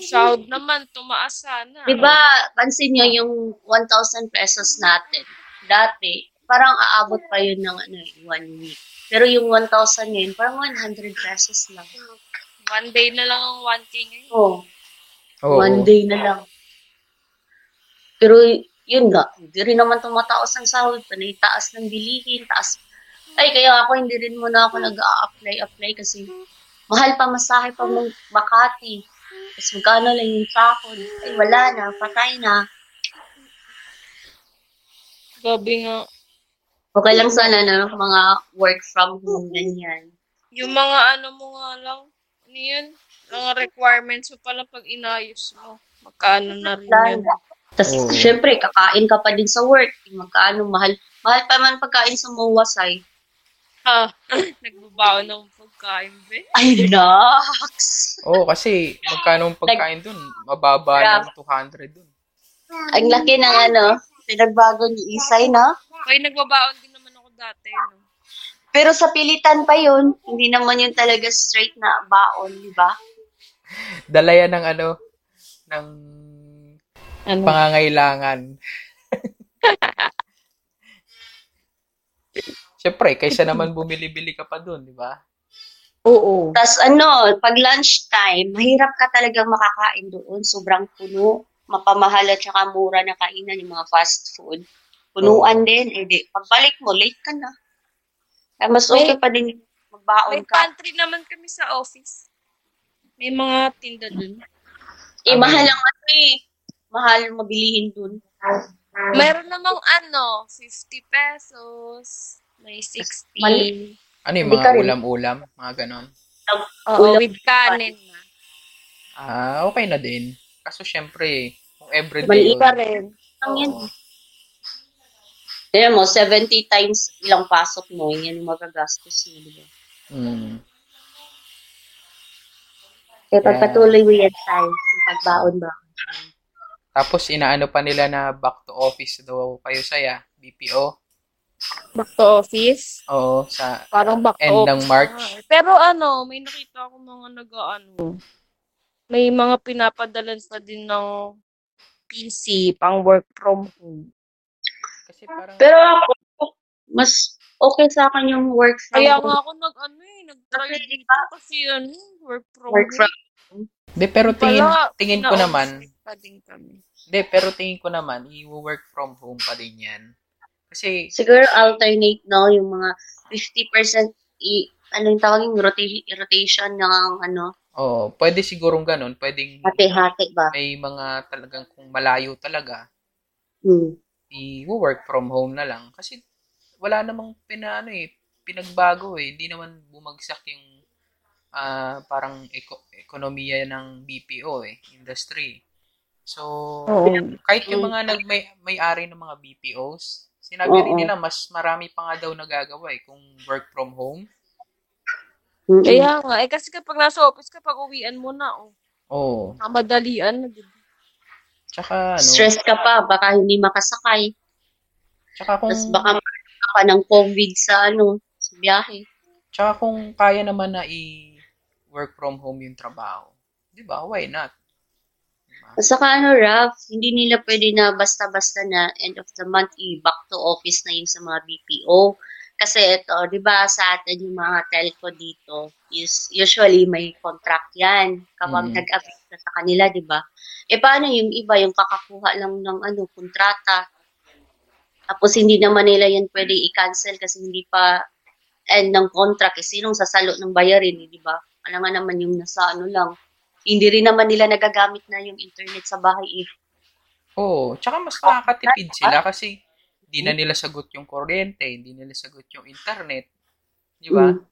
Yung sahod naman, tumaas sana. Di ba, pansin nyo yung 1,000 pesos natin. Dati, parang aabot pa yun ng ano, eh, one week. Pero yung 1,000 ngayon, parang 100 pesos lang. One day na lang ang one thing. ngayon. Oh, Oo. one day na lang. Pero yun nga, hindi rin naman tumataas ang sahod. Panay taas ng bilihin, taas. Ay, kaya ako hindi rin muna ako nag-a-apply-apply kasi mahal pa masahe pa mong Makati. Tapos magkano lang yung sahod. Ay, wala na, patay na. Gabi nga. Okay lang sana na mga work from home ganyan. Yung mga ano mo nga lang, ano yun? Mga requirements mo pala pag inayos mo. Magkano na rin yun. Tapos Oo. syempre kakain ka pa din sa work. Magkano mahal. Mahal pa man pagkain sa Mowasay. Ah, nagbabaon ng pagkain, be. Ay, Nox! Oo, kasi magkano ang pagkain dun? Mababa ng 200 dun. Ang laki ng ano, pinagbago ni Isay, no? Kaya nagbabaon din naman ako dati, no? Pero sa pilitan pa yun, hindi naman yun talaga straight na baon, di ba? Dala yan ng ano, ng Ano? pangangailangan. Siyempre, kaysa naman bumili-bili ka pa dun, di ba? Oo. Tapos ano, pag lunchtime, mahirap ka talagang makakain doon. Sobrang puno, mapamahal at saka mura na kainan yung mga fast food. Punuan din, eh di, pagbalik mo, late ka na. Kaya mas okay pa din magbaon May ka. pantry naman kami sa office. May mga tinda dun. Eh, mahal ang ano eh. Mahal mabilihin doon. Meron namang ano, 50 pesos. May 60. Mali. Ano yung Hindi ka mga rin. ulam-ulam? Mga ganon. Oo, with kanin na. Ah, okay na din. Kaso siyempre, kung everyday Mali yun, ka rin. Eh, Ang yan. oo. Tignan mo, 70 times ilang pasok mo, yan yung magagastos mo. Diba? Mm. Kaya Yeah. pagpatuloy mo yan tayo, yung pagbaon ba? Tapos inaano pa nila na back to office daw kayo saya, BPO. Back to office? Oo, sa Parang back Oh. end ng March. Ah, Pero ano, may nakita ako mga nag-ano. May mga pinapadalan pa din ng PC, pang work from home. Kasi parang Pero ako, mas okay sa akin yung work from Kaya home. nga ako nag-ano eh, nag-try Kasi, di dito ba? kasi yun, eh, work from Work home. from De, pero tingin, Wala, tingin ko naman, na-offset Pa din kami. de, pero tingin ko naman, i-work from home pa din yan. Kasi, Siguro alternate, no? Yung mga 50% i- ano yung tawag yung rota- rotation ng ano, oo, pwede sigurong ganun, pwedeng hati-hati ba? may mga talagang kung malayo talaga, Hmm. i-work from home na lang. Kasi wala namang pinaano eh, pinagbago eh. Hindi naman bumagsak yung ah, parang eko- ekonomiya ng BPO eh, industry. So, kahit yung mga nag may, may-ari ng mga BPOs, sinabi Oo. rin nila mas marami pa nga daw nagagawa eh kung work from home. Mm-mm. Kaya nga, eh kasi kapag nasa office ka, pag uwian mo na, oh, Oo. kamadalian. Tsaka ano, Stress ka pa, baka hindi makasakay. tsaka kung Tapos baka makaroon ka pa ng COVID sa ano, sa biyahe. tsaka kung kaya naman na i work from home yung trabaho. 'Di ba? Why not? At saka ano, Raf, hindi nila pwede na basta-basta na end of the month i-back to office na yun sa mga BPO. Kasi ito, di ba, sa atin yung mga telco dito, is usually may contract yan kapag Mm. nag-abit ka sa kanila, di ba? E paano yung iba, yung kakakuha lang ng ano, kontrata, tapos hindi naman nila yan pwede i-cancel kasi hindi pa end ng contract. Eh, sinong sasalo ng bayarin, eh, di ba? Alam nga naman yung nasa ano lang. Hindi rin naman nila nagagamit na yung internet sa bahay eh. if Oo. Oh, Tsaka mas nakakatipid sila kasi hindi na nila sagot yung kuryente, hindi nila sagot yung internet. Di ba? Mm.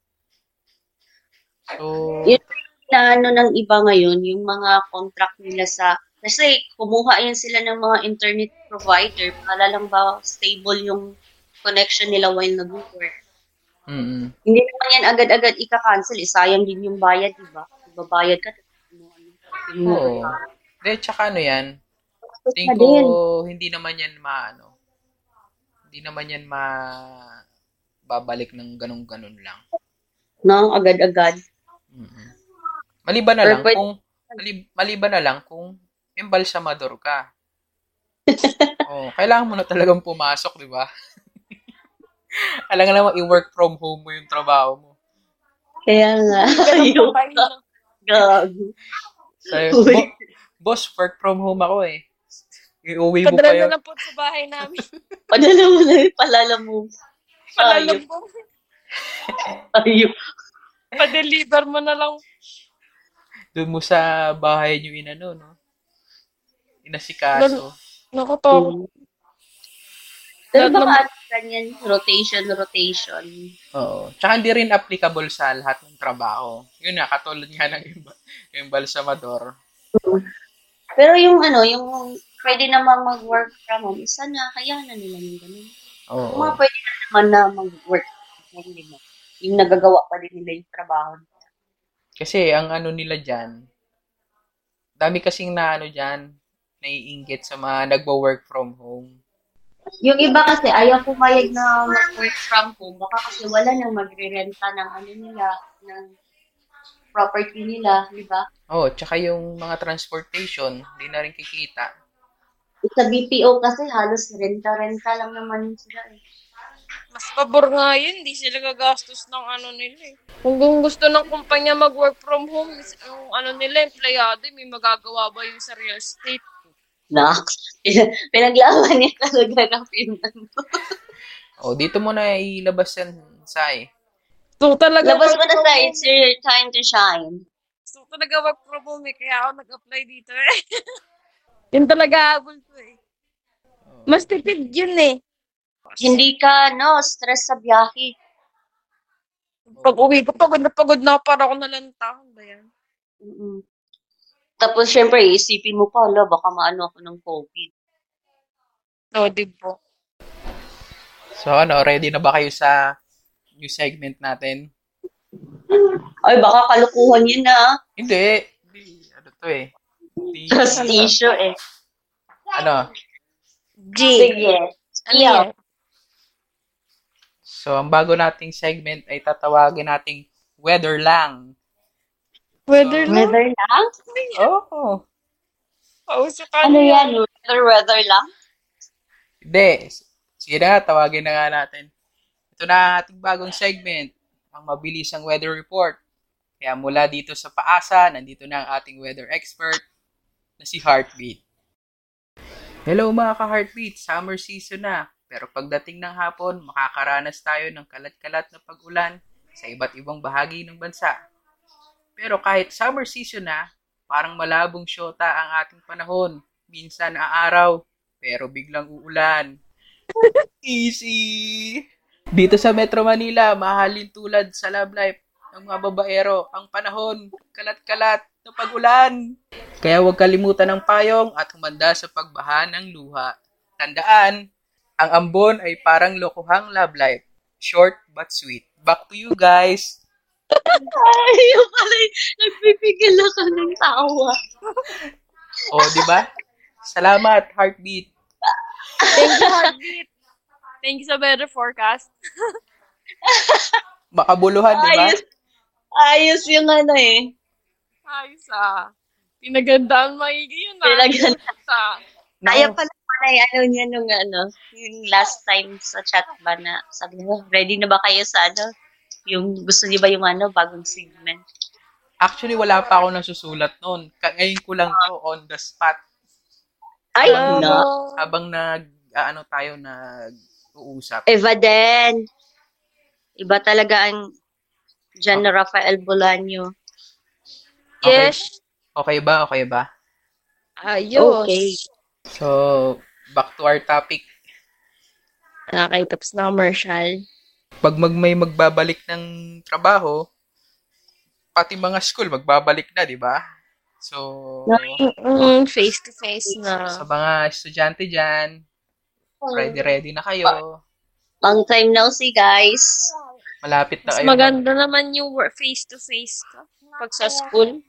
So, Yun. na ano ng iba ngayon, yung mga contract nila sa... Kasi kumuha yan sila ng mga internet provider para lang ba stable yung connection nila while nag-work. mm Hindi naman yan agad-agad ika-cancel. Eh, sayang din yung bayad, di ba? Babayad ka. Ano, ano, yung- Oo. De, tsaka ano yan, Tapos ano, na tingin ko din. hindi naman yan maano. Hindi naman yan ma babalik ng ganun-ganun lang. No, agad-agad. mm Maliban na Or lang pwede- kung mali- maliban na lang kung embalsamador ka. oh, kailangan mo na talagang pumasok, di ba? kailangan naman i-work from home mo yung trabaho mo. Kaya nga. Pero Yung kakain lang. gago. So, Uy. bo- boss, work from home ako eh. Iuwi mo Kadala pa na yun. lang po sa bahay namin. Padala mo na yung palala mo. Palalam po. Ayun. Pa-deliver mo na lang. Doon mo sa bahay nyo inano, no? Inasikaso. Hmm. Nakutok. Pero baka Lahat ganyan, rotation, rotation. Oo. Tsaka hindi rin applicable sa lahat ng trabaho. Yun na, katulad nga ng imba- embalsamador. Pero yung ano, yung pwede namang mag-work from home, isa na, kaya na nila yung ganun. Yung Oo. Mga pwede na naman na mag-work from home, di ba? Yung nagagawa pa din nila yung trabaho. Kasi ang ano nila dyan, dami kasing na ano dyan, naiinggit sa mga nagwo-work from home. Yung iba kasi ayaw pumayag na mag-work from home. Baka kasi wala nang magre-renta ng ano nila, ng property nila, di ba? Oh, tsaka yung mga transportation, hindi na rin kikita. Sa BPO kasi halos renta-renta lang naman sila eh. Mas pabor nga yun, di sila gagastos ng ano nila eh. Kung gu- gusto ng kumpanya mag-work from home, is- yung ano nila, empleyado, may magagawa ba yung sa real estate? Nox. Pinaglaban niya talaga ng Finland. Oh, dito mo na ilabas yan, Sai. So talaga, Labas mo work na from sa home. it's your time to shine. So talaga work from home eh, kaya ako nag-apply dito eh. yun talaga habol ko eh. Oh. Mas tipid yun eh. Hindi ka, no, stress sa biyahe. Pag uwi ko, pagod na pagod na ako, para ako nalantahan ba yan? Mm-mm. Tapos, syempre, isipin mo pa, ala, baka maano ako ng COVID. No, di po. So ano, ready na ba kayo sa new segment natin? Ay, baka kalukuhan yun na. Hindi. Hindi, ano to eh. Hindi- Trust issue eh. Ano? G. Sige. Ano yan? So, ang bago nating segment ay tatawagin nating weather lang. Weather lang. Oh, Weather lang? Ano Oh. Pauso ka Ano yan? Weather, weather lang? Hindi. Sige na, tawagin na nga natin. Ito na ang ating bagong segment, ang mabilisang weather report. Kaya mula dito sa Paasa, nandito na ang ating weather expert na si Heartbeat. Hello mga ka-Heartbeat, summer season na. Pero pagdating ng hapon, makakaranas tayo ng kalat-kalat na pag-ulan sa iba't ibang bahagi ng bansa. Pero kahit summer season na, parang malabong syota ang ating panahon. Minsan aaraw, pero biglang uulan. Easy! Dito sa Metro Manila, mahalin tulad sa love life ng mga babaero ang panahon, kalat-kalat na pag-ulan. Kaya huwag kalimutan ng payong at humanda sa pagbaha ng luha. Tandaan, ang ambon ay parang lokohang love life. Short but sweet. Back to you guys! Ay, yung pala, nagpipigil ako ng tawa. O, oh, di ba? Salamat, heartbeat. Thank you, Heartbeat. Thank you sa weather forecast. Makabuluhan, Diba? di ba? Ayos, ayos yung ano eh. Ayos ah. Pinagandaan maigi yun ah. Pinagandaan. Ah. No. Kaya pala pala yung ano yun, yung ano, yung last time sa chat ba na sabi nila, ready na ba kayo sa ano? Yung gusto niyo ba yung ano, bagong segment? Actually, wala pa ako nasusulat noon. Ka- Ngayon ko lang to on the spot. Ay, Ah, no. Oh, Habang nag, ano tayo, nag-uusap. Eva din. Iba talaga ang John Rafael Bolaño. Yes. Okay ba? Okay ba? Ayos. Okay. So, back to our topic. Nakakaitaps na commercial. Pag mag may magbabalik ng trabaho, pati mga school magbabalik na, di ba? So, Mm, face to face na. sa mga estudyante dyan, ready-ready na kayo. Long time no see, guys. Malapit na Mas kayo. maganda naman yung work face to face ka. Pag sa school. Yun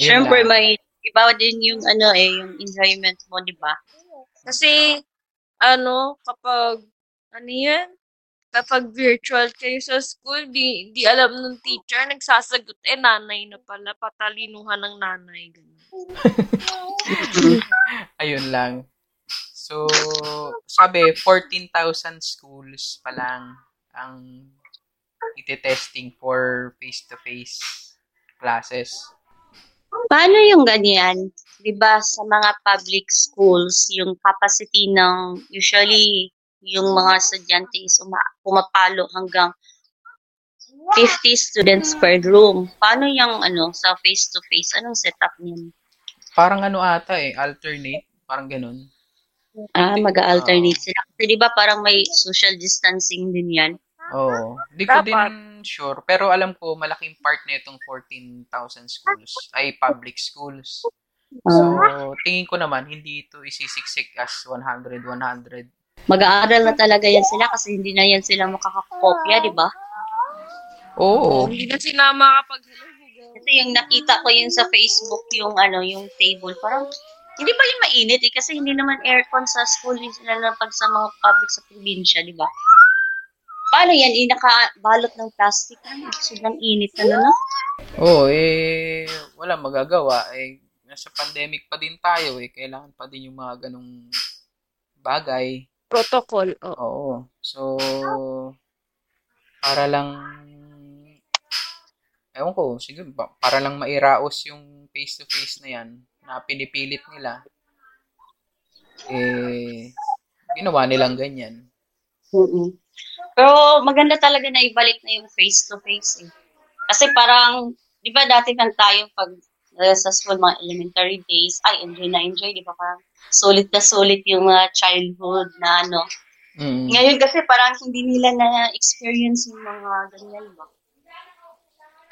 Siyempre, lang. may iba din yung ano eh, yung enjoyment mo, di ba? Kasi, ano, kapag, ano yan? Kapag virtual kayo sa school, di, di alam ng teacher, nagsasagot, eh, nanay na pala, patalinuhan ng nanay. Ganun. Ayun lang. So, sabi, 14,000 schools pa lang ang ite-testing for face-to-face classes. Paano yung ganyan? 'Di ba sa mga public schools, yung capacity ng usually yung mga estudyante is uma- pumapalo hanggang 50 students per room. Paano yung ano sa face to face? Anong setup niyan? Parang ano ata eh, alternate. Parang ganun. Ah, mag-alternate sila. Kasi 'di ba parang may social distancing din 'yan? Oo. Hindi ko Dapat. din sure. Pero alam ko, malaking part na itong 14,000 schools ay public schools. Ah, So, tingin ko naman, hindi ito isisiksik as 100, 100. mag-aaral na talaga yan sila kasi hindi na yan sila makakakopya, 'di ba? Oh. Oo. Hindi na sinama kapag Kasi yung nakita ko yun sa Facebook, yung ano, yung table, parang hindi pa yung mainit eh, kasi hindi naman aircon sa school, hindi sila na pag sa mga public sa probinsya, di ba? Paano yan? Eh, nakabalot ng plastic. Ano? Sobrang init na no? Oo, eh, wala magagawa. Eh, nasa pandemic pa din tayo eh. Kailangan pa din yung mga ganong bagay. protocol. Oh. Oo. So, para lang, ewan ko, siguro, ba- para lang mairaos yung face-to-face na yan, na pinipilit nila, eh, ginawa nilang ganyan. mm Pero maganda talaga na ibalik na yung face-to-face. Eh. Kasi parang, di ba dati lang tayo pag uh, sa school, mga elementary days, ay, enjoy na enjoy, di ba? Parang sulit na sulit yung mga childhood na ano. Mm. Ngayon kasi parang hindi nila na-experience yung mga ganyan ba?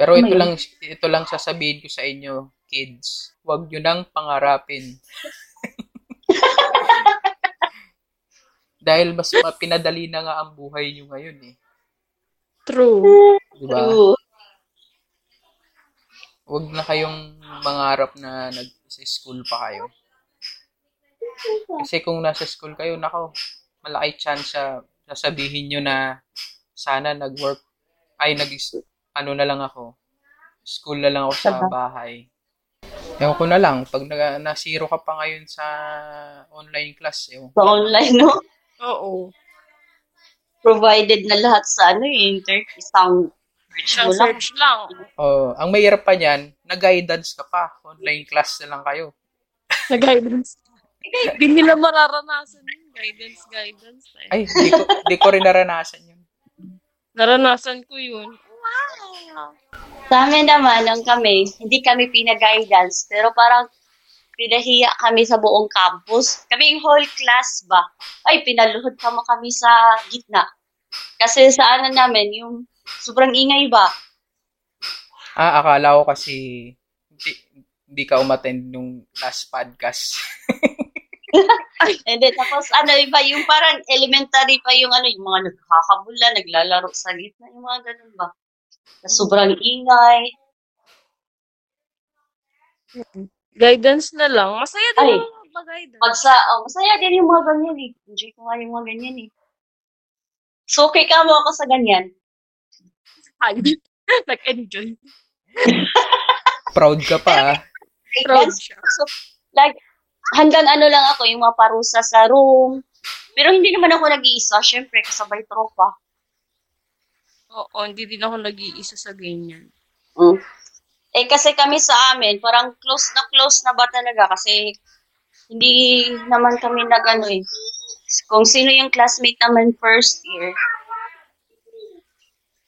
Pero ito Ngayon. lang, ito lang sasabihin ko sa inyo, kids, huwag nyo nang pangarapin. Dahil mas ma- pinadali na nga ang buhay nyo ngayon eh. True. Di ba? True. Diba? Huwag na kayong mangarap na nag-school pa kayo. Kasi kung nasa school kayo, nako, malaki chance sa sasabihin nyo na sana nag-work, ay nag ano na lang ako, school na lang ako sa bahay. Ewan ko na lang, pag na, nasiro ka pa ngayon sa online class, ewan. Sa online, no? Oo. Provided na lahat sa ano, yung inter isang Isang virtual lang. search lang. Oh, ang mahirap pa niyan, nag-guidance ka pa, online class na lang kayo. Na-guidance. Hindi nila mararanasan yung guidance, guidance. Eh. Ay, di ko, di ko rin naranasan yun. Naranasan ko yun. Wow! Sa amin naman, ang kami, hindi kami pinag-guidance, pero parang pinahiya kami sa buong campus. Kami yung whole class ba? Ay, pinaluhod pa mo kami sa gitna. Kasi sa ano namin, yung sobrang ingay ba? Ah, akala ko kasi hindi, hindi ka umattend nung last podcast. And then, tapos ano iba, yung parang elementary pa yung ano, yung mga nagkakabula, naglalaro sa gitna, yung mga ganun ba? Na sobrang ingay. Guidance na lang. Masaya din Ay. yung Pag mag-guidance. sa, oh, masaya din yung mga ganyan eh. Enjoy ko nga yung mga ganyan eh. So, okay ka mo ako sa ganyan. Nag-enjoy. Proud ka pa. ah. Proud Guidance siya. So, like, hanggang ano lang ako, yung maparusa sa room. Pero hindi naman ako nag-iisa, syempre, kasabay tropa. Oo, hindi din ako nag-iisa sa ganyan. Eh, kasi kami sa amin, parang close na close na ba talaga? Kasi hindi naman kami nag ano eh. Kung sino yung classmate naman first year,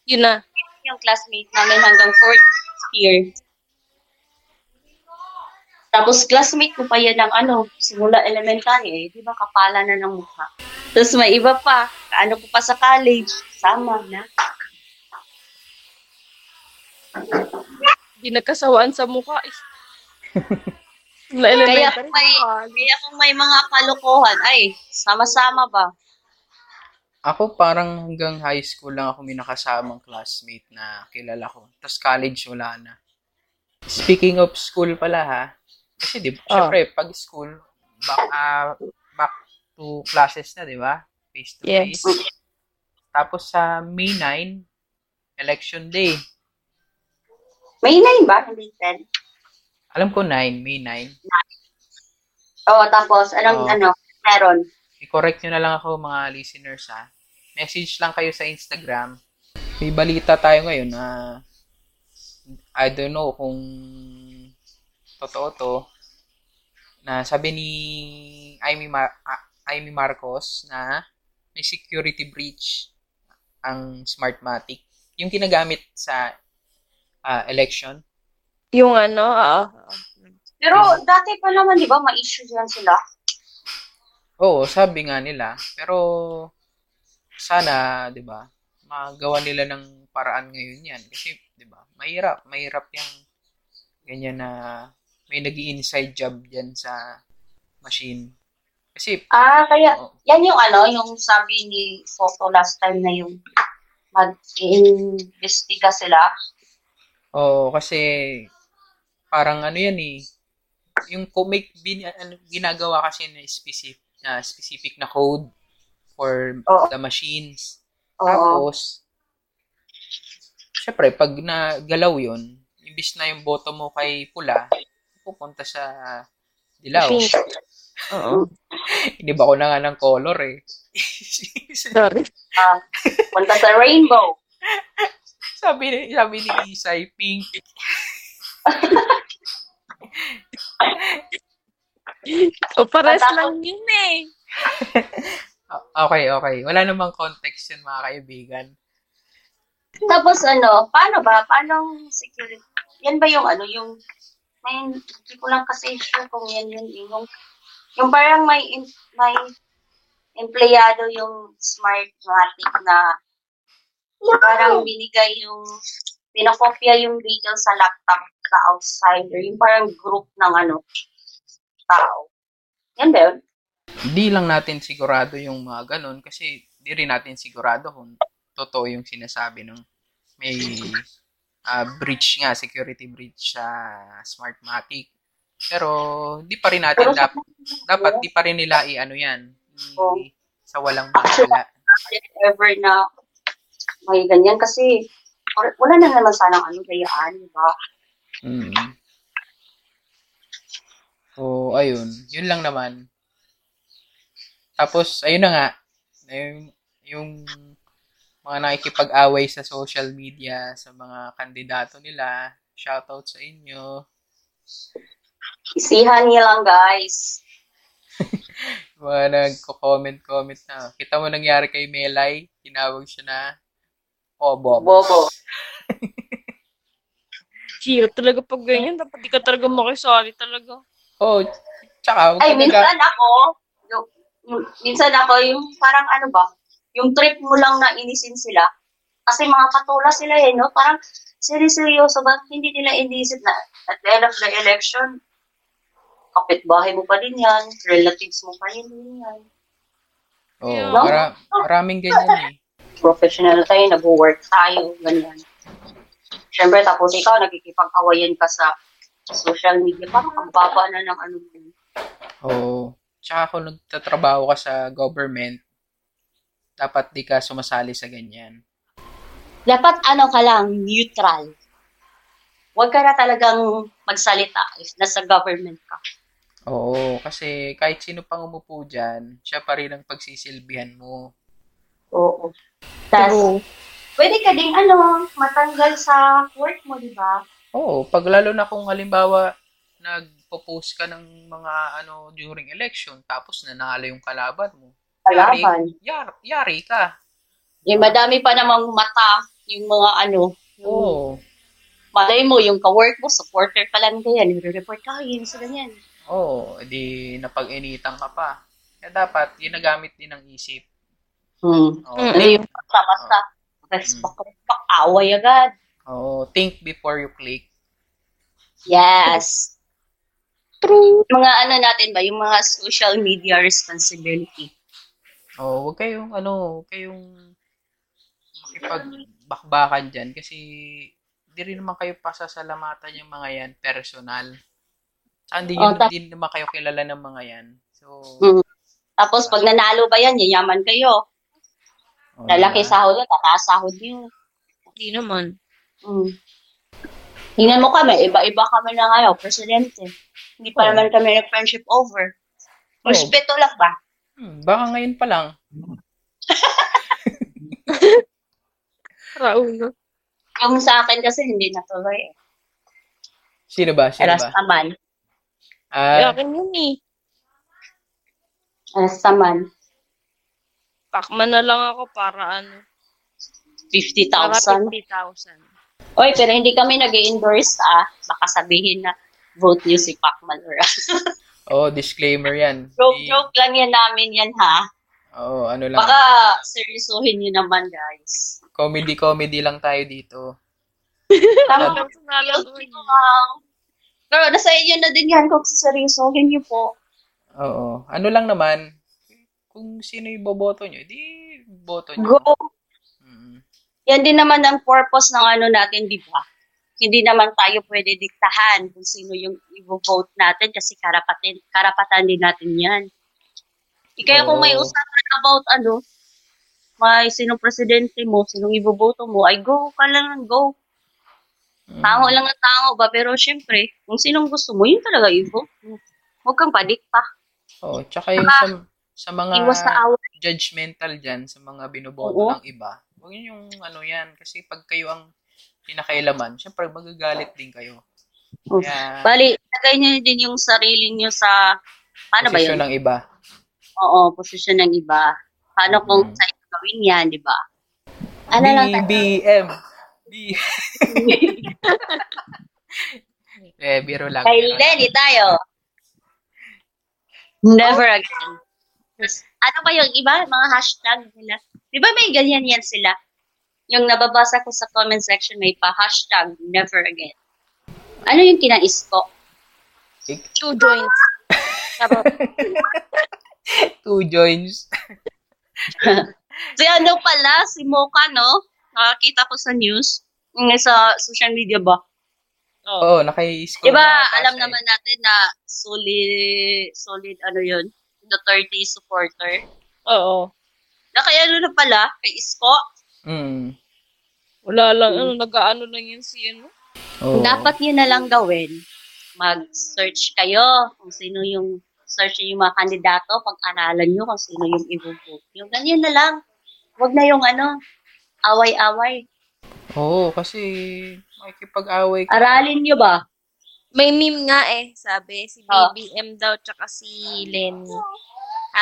Yun na. yung classmate namin hanggang fourth year. Tapos classmate ko pa yan ng ano, simula elementary eh, di ba kapala na ng mukha. Tapos may iba pa, ano ko pa sa college, sama na. Hindi nagkasawaan sa mukha. Eh. Na Kaya kung elementary. may, kaya kung may mga kalokohan, ay, sama-sama ba? Ako parang hanggang high school lang ako may nakasamang classmate na kilala ko. Tapos college wala na. Speaking of school pala ha. Kasi di ba, syempre pag school, back, ah, back to classes na, di ba? Face to Yes. face. Tapos sa May 9, election day. May nine ba? Hindi ten. Alam ko 9, May 9. Oo, tapos, anong, Oo. ano, meron. I-correct nyo na lang ako mga listeners ha. Message lang kayo sa Instagram. May balita tayo ngayon na I don't know kung totoo to na sabi ni Amy, Mar- ah, Amy Marcos na may security breach ang Smartmatic. Yung ginagamit sa ah, election. Yung ano, oo. Pero dati pa naman, di ba, ma-issue yan sila? Oo, sabi nga nila. Pero, sana, di ba, magawa nila ng paraan ngayon yan. Kasi, di ba, mahirap. Mahirap yung ganyan na may nag inside job dyan sa machine. Kasi, Ah, kaya, oo, yan yung ano, yung sabi ni Soto last time na yung mag-iimbestiga sila. Oo, kasi parang ano yan eh. Yung co- may bin, ano, ginagawa kasi na specific, na specific na code for Oo. the machines. Oo. Tapos, syempre, pag nagalaw yun, imbis na yung boto mo kay pula, pupunta sa dilaw. Pink. Oo. Iniba ko na nga ng color eh. Sorry. Ah, punta sa rainbow. sabi, ni, sabi ni Isay, pink. O, pares lang yun eh. Ah, Okay, okay. Wala namang context yun mga kaibigan. Tapos ano, paano ba? Paano security? Yan ba yung ano, yung, may, hindi ko lang kasi sure kung yan yun. eh. Yung, yung parang may, in- may empleyado yung smartmatic na parang binigay yung, pinakopya yung details sa laptop sa outsider. Yung parang group ng ano, tao. Yan ba yun? Hindi lang natin sigurado yung mga ganun kasi di rin natin sigurado kung totoo yung sinasabi nung may ah, breach nga, security breach sa Smartmatic. Pero di pa rin natin Pero sa- dapat, dapat di pa rin nila i-ano yan. Oo. I, sa walang maalala. if ever na may ganyan kasi or- wala na naman sanang ano gayaan, di ba? Mm. So, ayun. Yun lang naman. Tapos, ayun na nga. Yung, yung mga nakikipag-away sa social media, sa mga kandidato nila, shoutout sa inyo. Isihan niya lang, guys. Mga nagko-comment-comment na. Kita mo nangyari kay Melay, tinawag siya na Obob. Bobo. Chiyo talaga pag ganyan. Dapat di ka talaga makisali talaga. Oh, tsaka, huwag Ay, ka nag- minsan ako, yung, yung- minsan ako, yung parang ano ba, yung trip mo lang na inisin sila. Kasi mga patula sila eh, no? Parang seryoso ba? Hindi nila inisip na at the end of the election, kapitbahay mo pa din yan, relatives mo pa din yan. Oh, Yeah. mara- maraming ganyan eh. professional tayo, nag-work tayo, ganyan. Siyempre, tapos ikaw, nagkikipag-awayan ka sa social media. Parang ang baba na ng ano mo. Oo. Tsaka kung nagtatrabaho ka sa government, dapat di ka sumasali sa ganyan. Dapat ano ka lang, neutral. Huwag ka na talagang magsalita if nasa government ka. Oo, kasi kahit sino pang umupo dyan, siya pa rin ang pagsisilbihan mo. Oo. Tapos, pwede ka ding ano, matanggal sa work mo, di ba? Oo, pag lalo na kung halimbawa, nagpo-post ka ng mga ano during election, tapos nanalo yung kalaban mo. Yari, Kalaban. yar, yari ka. Eh, madami pa namang mata yung mga ano, yung Oo. malay mo, yung ka-work mo, supporter pa lang kaya, nire-report ka, yun sa ganyan. Oo, edi napag-initan ka pa. Kaya dapat, ginagamit din ang isip. Hmm. Oo, Mm. Ano think- yung basta-basta. Respect, respect, away agad. oo, think before you click. Yes. True. Mga ano natin ba, yung mga social media responsibility. Oo, Oh, huwag kayong ano, huwag kayong makipagbakbakan dyan kasi di rin naman kayo pasasalamatan yung mga yan personal. Ah, hindi Oo, yun, tap- di naman kayo kilala ng mga yan. So, Mm. Tapos pag nanalo ba yan, yayaman kayo. oo, Lalaki diba? sahod, tataas sahod yun. Hindi naman. Mm. Tingnan mo kami, iba-iba kami ng ano, presidente. Hindi pa Oo. naman kami nag-friendship over. Oo. Respeto lang ba? Hmm, baka ngayon pa lang. Raulo. Yung sa akin kasi hindi natuloy eh. Sino ba? Sino ba? Rastaman. Ah, Kaya akin yun eh. Rastaman. Pakman na lang ako para ano. Para 50,000. 50,000. Oy, pero hindi kami nag endorse ah. Baka sabihin na vote niyo si Pacman or oh, disclaimer yan. Joke, Di- joke lang yan namin yan ha. Oo, ano lang. Baka seryosohin niyo naman guys. Comedy-comedy lang tayo dito. Tama Ang po. personalan ko Joke yun. lang. Pero nasa inyo na din yan kung seryosohin niyo po. Oo. Ano lang naman, kung sino yung boboto nyo, di boto nyo. Go. Mm. yan din naman ang purpose ng ano natin, di ba? Hindi naman tayo pwede diktahan kung sino yung i-vote natin kasi karapatan, karapatan din natin yan. Eh, Kaya kung may Oo. usapan about ano, may sinong presidente mo, sinong iboboto mo, ay go ka lang, go. Tango Mm. lang ang tango ba? Pero syempre, kung sinong gusto mo, yun talaga i-vote mo. Huwag kang padikta. Oh, tsaka yung sa, sa mga Iwas sa away. judgmental dyan, sa mga Oo. binoboto ng iba, huwag yun yung ano yan. Kasi pag kayo ang pinakailaman, syempre magagalit din kayo. Oh. Kaya, Bali, lagay niyo din yung sarili niyo sa, paano Ano ba yun? posisyon ng iba. Oo, posisyon ng iba. Paano kung Mm. sa'yo gawin yan, di ba? Ano lang tayo? BBM. B. eh, biro lang. Kay biro lang. Lenny tayo. Never again. Tapos, ano pa yung iba? Mga hashtag nila. Di ba may ganyan yan sila? Yung nababasa ko sa comment section, may pa hashtag never again. Ano yung kinais ko? Two joints. Tapos, Two joins. Si ano pala, si Mocha, no? Nakakita ko sa news. Yung sa social media ba? oh. Oo, naka-score Diba, na ata alam siya eh. naman natin na solid, solid ano yun, Duterte supporter. Oo. Na kaya ano na pala, kay Isko, Mm. Wala lang, ano, nag-ano lang yun si, ano? Oo. dapat yun na lang gawin. Mag-search kayo kung sino yung search nyo yung mga kandidato, pag-aralan nyo kung sino yung i-vote nyo. Ganyan na lang. Huwag na yung ano, away-away. Oo, kasi makikipag-away ka. Aralin nyo ba? May meme nga eh, sabi. Si Oh. BBM daw, tsaka si Lenny.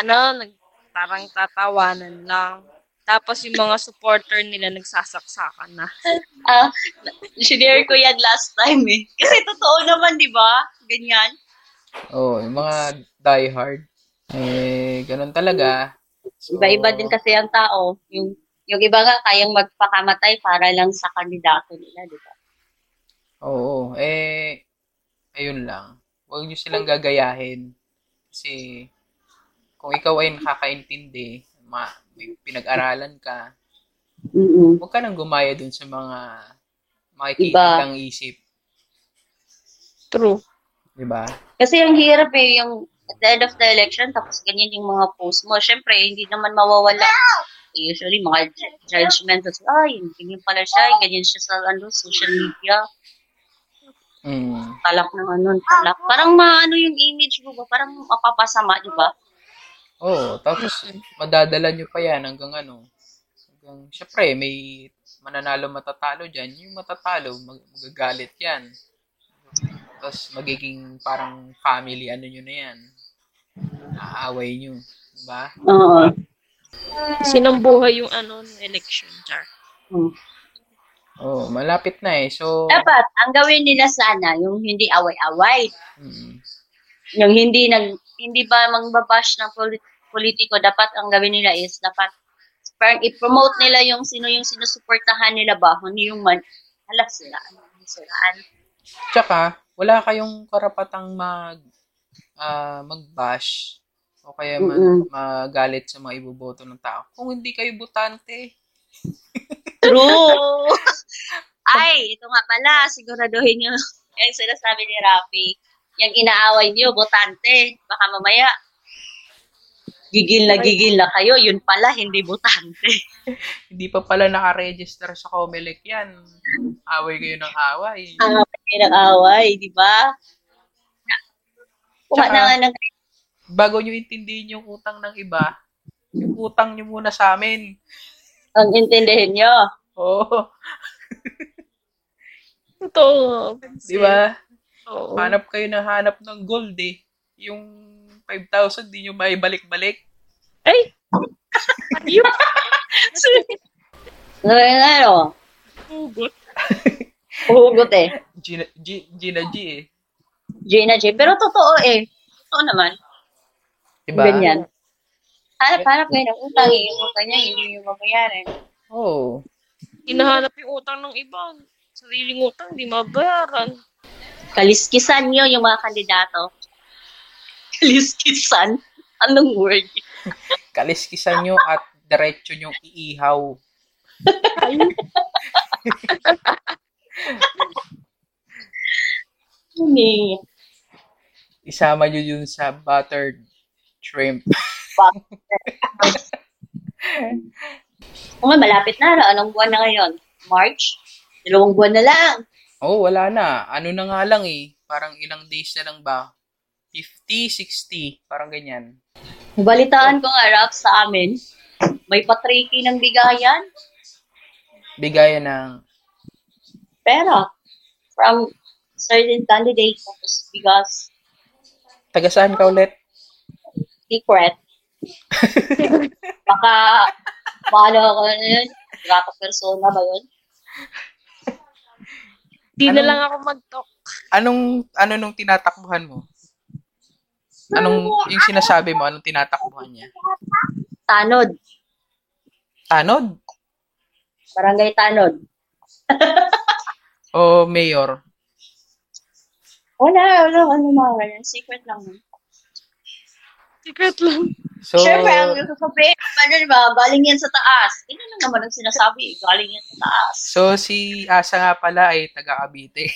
Ano, nag, parang tatawanan lang. Tapos yung mga supporter nila nagsasaksakan na. Ah, sinare ko yan last time eh. Kasi totoo naman, di ba? Ganyan. Oo, yung mga diehard. Eh, ganun talaga. So, Iba-iba din kasi ang tao. Yung, yung iba nga kayang magpakamatay para lang sa kandidato nila, di ba? Oo, eh, ayun lang. Huwag nyo silang gagayahin. Kasi, kung ikaw ay nakakaintindi, ma, may pinag-aralan ka, mm huwag ka nang gumaya dun sa mga Iba. makikita ng isip. True. Di ba? Kasi ang hirap eh, yung at the end of the election, tapos ganyan yung mga post mo. Siyempre, hindi naman mawawala. Eh, Usually, mga ju- judgment. Tapos, ay, ganyan pala siya, ganyan siya sa ano, social media. Mm. Talak ng ano, talak. Parang maano yung image mo ba? Parang mapapasama, di ba? Oo, tapos madadala nyo pa yan hanggang ano. Hanggang, syempre, may mananalo matatalo dyan. Yung matatalo, mag- magagalit yan. Tapos magiging parang family, ano nyo na yan. Aaway nyo. Diba? Oo. Sinambuhay yung ano, ng election jar. Hmm. Oo, malapit na eh. So, Dapat, ang gawin nila sana, yung hindi away-away. mm, Yung hindi nag, hindi ba magbabash ng polit- politiko, dapat ang gawin nila is, dapat, parang i-promote nila yung sino yung sinusuportahan nila ba, hindi yung man, hala sila, ano, silaan. tsaka, wala kayong karapatang mag, ah, mag-bash o kaya man, Mm-mm. magalit sa mga iboboto ng tao. Kung hindi kayo butante, True! Ay, ito nga pala, siguraduhin nyo, yung sinasabi ni Rafi, yung inaaway nyo, botante, baka mamaya, gigil na gigil na kayo, yun pala, hindi botante. Hindi pa pala nakaregister sa Comelec yan. Away kayo ng away. ang pinag-away, di ba? Kuha na nga ng... Bago nyo intindihin yung utang ng iba, yung utang nyo muna sa amin. Ang intindihin nyo. Oo. Oh, Ito. di ba? Oo. Hanap kayo ng hanap ng gold eh. Yung 5,000, di nyo maibalik-balik. Ay! Ayun! Ngayon nga, no? Hugot. Hugot eh. Gina, G, Gina G eh. Gina J. Pero totoo eh. Totoo naman. Diba? Ganyan. Hanap-hanap kayo ng utang eh. Yung utang niya, hindi yung mabayaran. Oo. Hinahanap yung utang ng iba. Sariling utang, di mabayaran. Kaliskisan nyo yung mga kandidato. Kaliskisan? Anong word? Kaliskisan nyo at diretso nyo iihaw. Ni Isama nyo yun sa buttered shrimp. Kung malapit na, ano, anong buwan na ngayon? March? Dalawang buwan na lang. Oh, wala na. Ano na nga lang eh. Parang ilang days na lang ba? 50, 60. Parang ganyan. Balitaan ko nga, Raph, sa amin. May patriki ng bigayan. Bigayan ng... Pera. From certain candidate. Tapos bigas. Taga saan ka ulit? Secret. Baka, paano ako na yun? Rapa persona ba yun? Di na Anong- lang ako mag-talk. Anong, ano nung tinatakbuhan mo? Anong, Ano yung sinasabi mo, anong tinatakbuhan niya? Tanod. Tanod? Barangay Tanod. O mayor? Wala, wala, wala mga ganyan. Secret lang. yun. Secret lang. So, Siyempre, ang sasabihin, ano diba, galing yan sa taas. Hindi lang naman ang sinasabi, galing yan sa taas. so si Asa nga pala ay taga Cavite.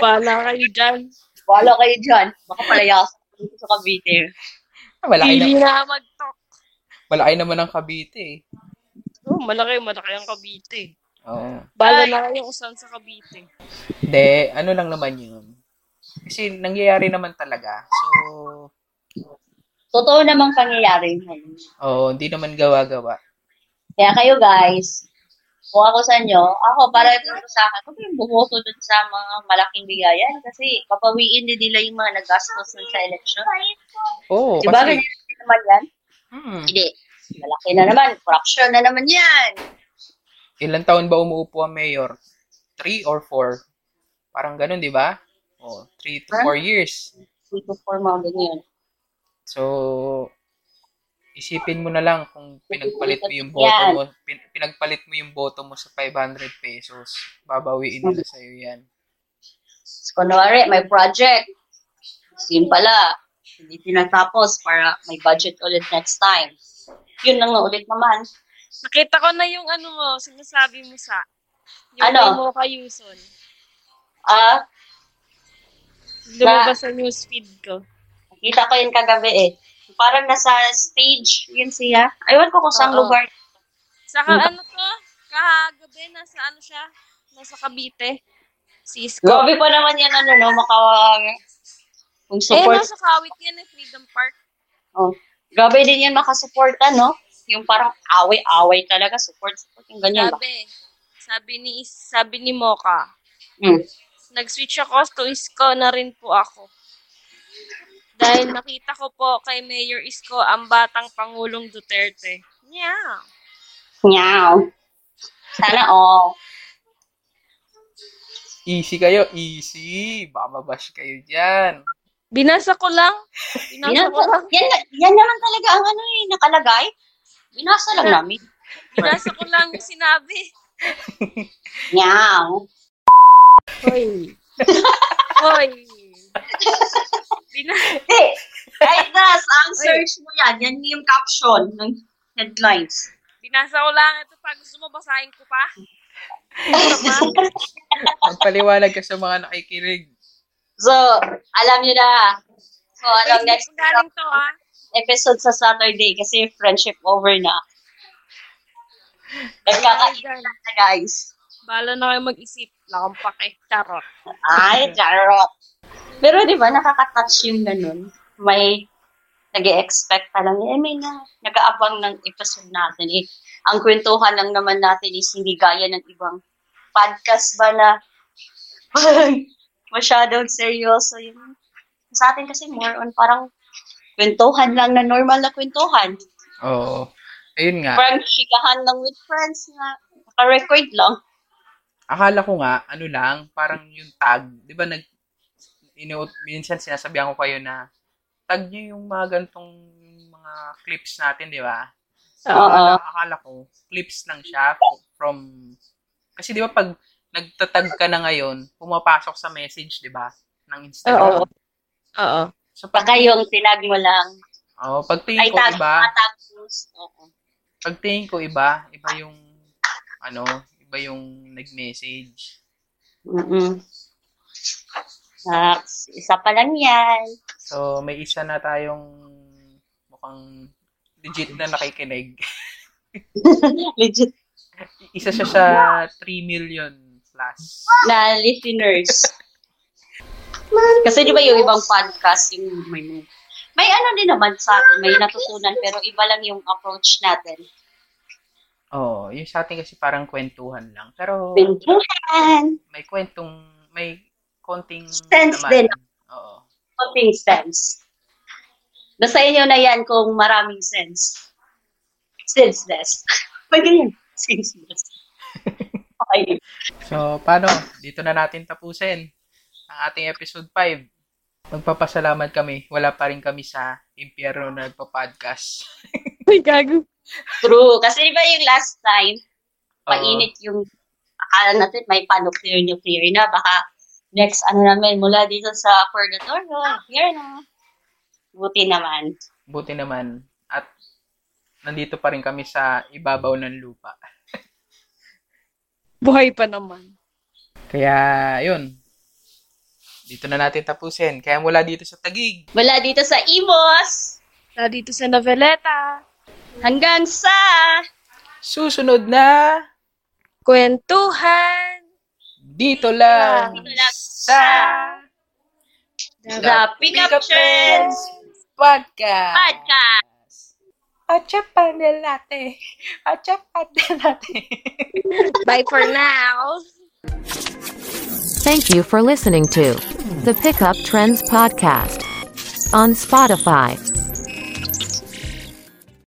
Wala kayo dyan. Wala kayo dyan. Baka palayas dito sa Cavite. malaki, Pili na, na ako mag-talk. malaki naman ang Cavite eh. Oh, malaki, malaki ang Cavite. Oo. Bala na kayo kung saan sa Cavite. Hindi, ano lang naman yun. Kasi nangyayari naman talaga. So, Totoo namang pangyayari yun. Oo, hindi naman gawa-gawa. Kaya kayo guys, kung ako sa inyo, ako para dito sa akin, huwag kayong bumoto dun sa mga malaking bigayan kasi papawiin din nila yung mga nagastos nun sa election. Oo, Di ba? kasi... Ganyan din naman yan? Hmm, Hindi. Malaki na naman. Corruption na naman yan. ilan taon ba umuupo ang mayor? Three or four? Parang ganun, di ba? Oo, three to Huh? four years. Three to four mga ganyan. So, isipin mo na lang kung pinagpalit mo yung boto mo, pin- pinagpalit mo yung boto mo sa 500 pesos, babawiin nila sa'yo yan. So, kunwari, may project. So, yun pala. Hindi tinatapos para may budget ulit next time. Yun lang na ulit naman. Nakita ko na yung ano mo, sinasabi mo sa... Yung Ano? kay Mocha Yuson. Ah, Lumabas sa newsfeed ko. Nakita ko yun kagabi eh. Parang nasa stage yun siya. Aywan ko kung saan Oo. lugar. Saka ano to, kahagabi, nasa ano siya, nasa Cavite. Si Isko. Grabe pa naman yan ano, no? Makawang... Kung eh, support. nasa Kawit yan, eh, Freedom Park. oh. Grabe din yan makasuporta, no? Yung parang away-away talaga. Support, support. Yung ganyan. Ano ba? Sabi, sabi ni, sabi ni Mocha, Mm. nag-switch ako to Isko na rin po ako. Dahil nakita ko po kay Mayor Isko ang batang Pangulong Duterte. Yeah. Meow. Sana all. Easy kayo, easy. Baka mabash kayo dyan. Binasa ko lang. Binasa Yan, ko lang. yan, yan naman talaga ang ano eh, nakalagay. Binasa lang namin. Binasa ko lang yung sinabi. Meow. Hoy. Hoy. Bina- Hindi. Right na, sa ang search mo yan. Yan yung caption ng headlines. binasa ko lang ito pa. Gusto mo basahin ko pa? Magpaliwanag ka sa mga nakikinig. So, alam nyo na. So, anong Wait, ano next kung galing to ah. episode sa Saturday kasi friendship over na. Nagkakaita Ayan. na, guys. Bala na kayo mag-isip. Lakampak eh. Charot. Ay, charot. Pero di ba, nakaka-touch yung ganun. May nag expect pa lang, eh, may na, nag-aabang ng episode natin. Eh, ang kwentuhan lang naman natin is hindi gaya ng ibang podcast ba na parang masyadong seryoso yun. Sa atin kasi more on parang kwentuhan lang na normal na kwentuhan. Oo. Ayun nga. Parang chikahan lang with friends na naka-record lang. akala ko nga, ano lang, parang yung tag, di ba nag, inu minsan sinasabihan ko kayo na, tag nyo yung mga ganitong mga clips natin, di ba? So, Oo. akala, akala ko, clips lang siya fo- from, kasi di ba pag nagtatag ka na ngayon, pumapasok sa message, di ba? Ng Instagram. Oo. So, pag, Baka yung tinag mo lang. Oh, pagtingin Ay, ko tag- iba, matapos. Oo. pagtingin ko iba, iba yung ano, iba yung nag-message. Mm-mm. Saks, isa pa lang yan. So, may isa na tayong mukhang legit na nakikinig. Legit Isa siya sa 3 million plus. na listeners. Kasi di ba yung ibang podcast, yung may, may ano din naman sa atin, may natutunan, pero iba lang yung approach natin. Oo, oh, yung sa atin kasi parang kwentuhan lang. Pero Pintuhan! may kwentong, may konting Sense din. laman. Oo. Coping sense. Basta inyo na yan kung maraming sense. Senseless. Pag ganyan, senseless. Okay. So, paano? Dito na natin tapusin ang ating episode 5. Magpapasalamat kami. Wala pa rin kami sa impyerno na nagpa-podcast. Uy, gago. True. Kasi di ba yung last time, Oo. mainit yung akala natin may pa-nuclear nuclear na baka next ano namin mula dito sa Purgatorio nuclear na buti naman Buti naman. At nandito pa rin kami sa ibabaw ng lupa. Buhay pa naman. Kaya, yun. Dito na natin tapusin. Kaya mula dito sa Tagig. mula dito sa Imos Na dito sa noveleta. hanggang sa Susunod na Kwentuhan. dito lang, Dito lang sa The Pickup Trends Podcast. Podcast Achapan del latte. Achapan del latte. Bye for now. Thank you for listening to the Pickup Trends Podcast on Spotify.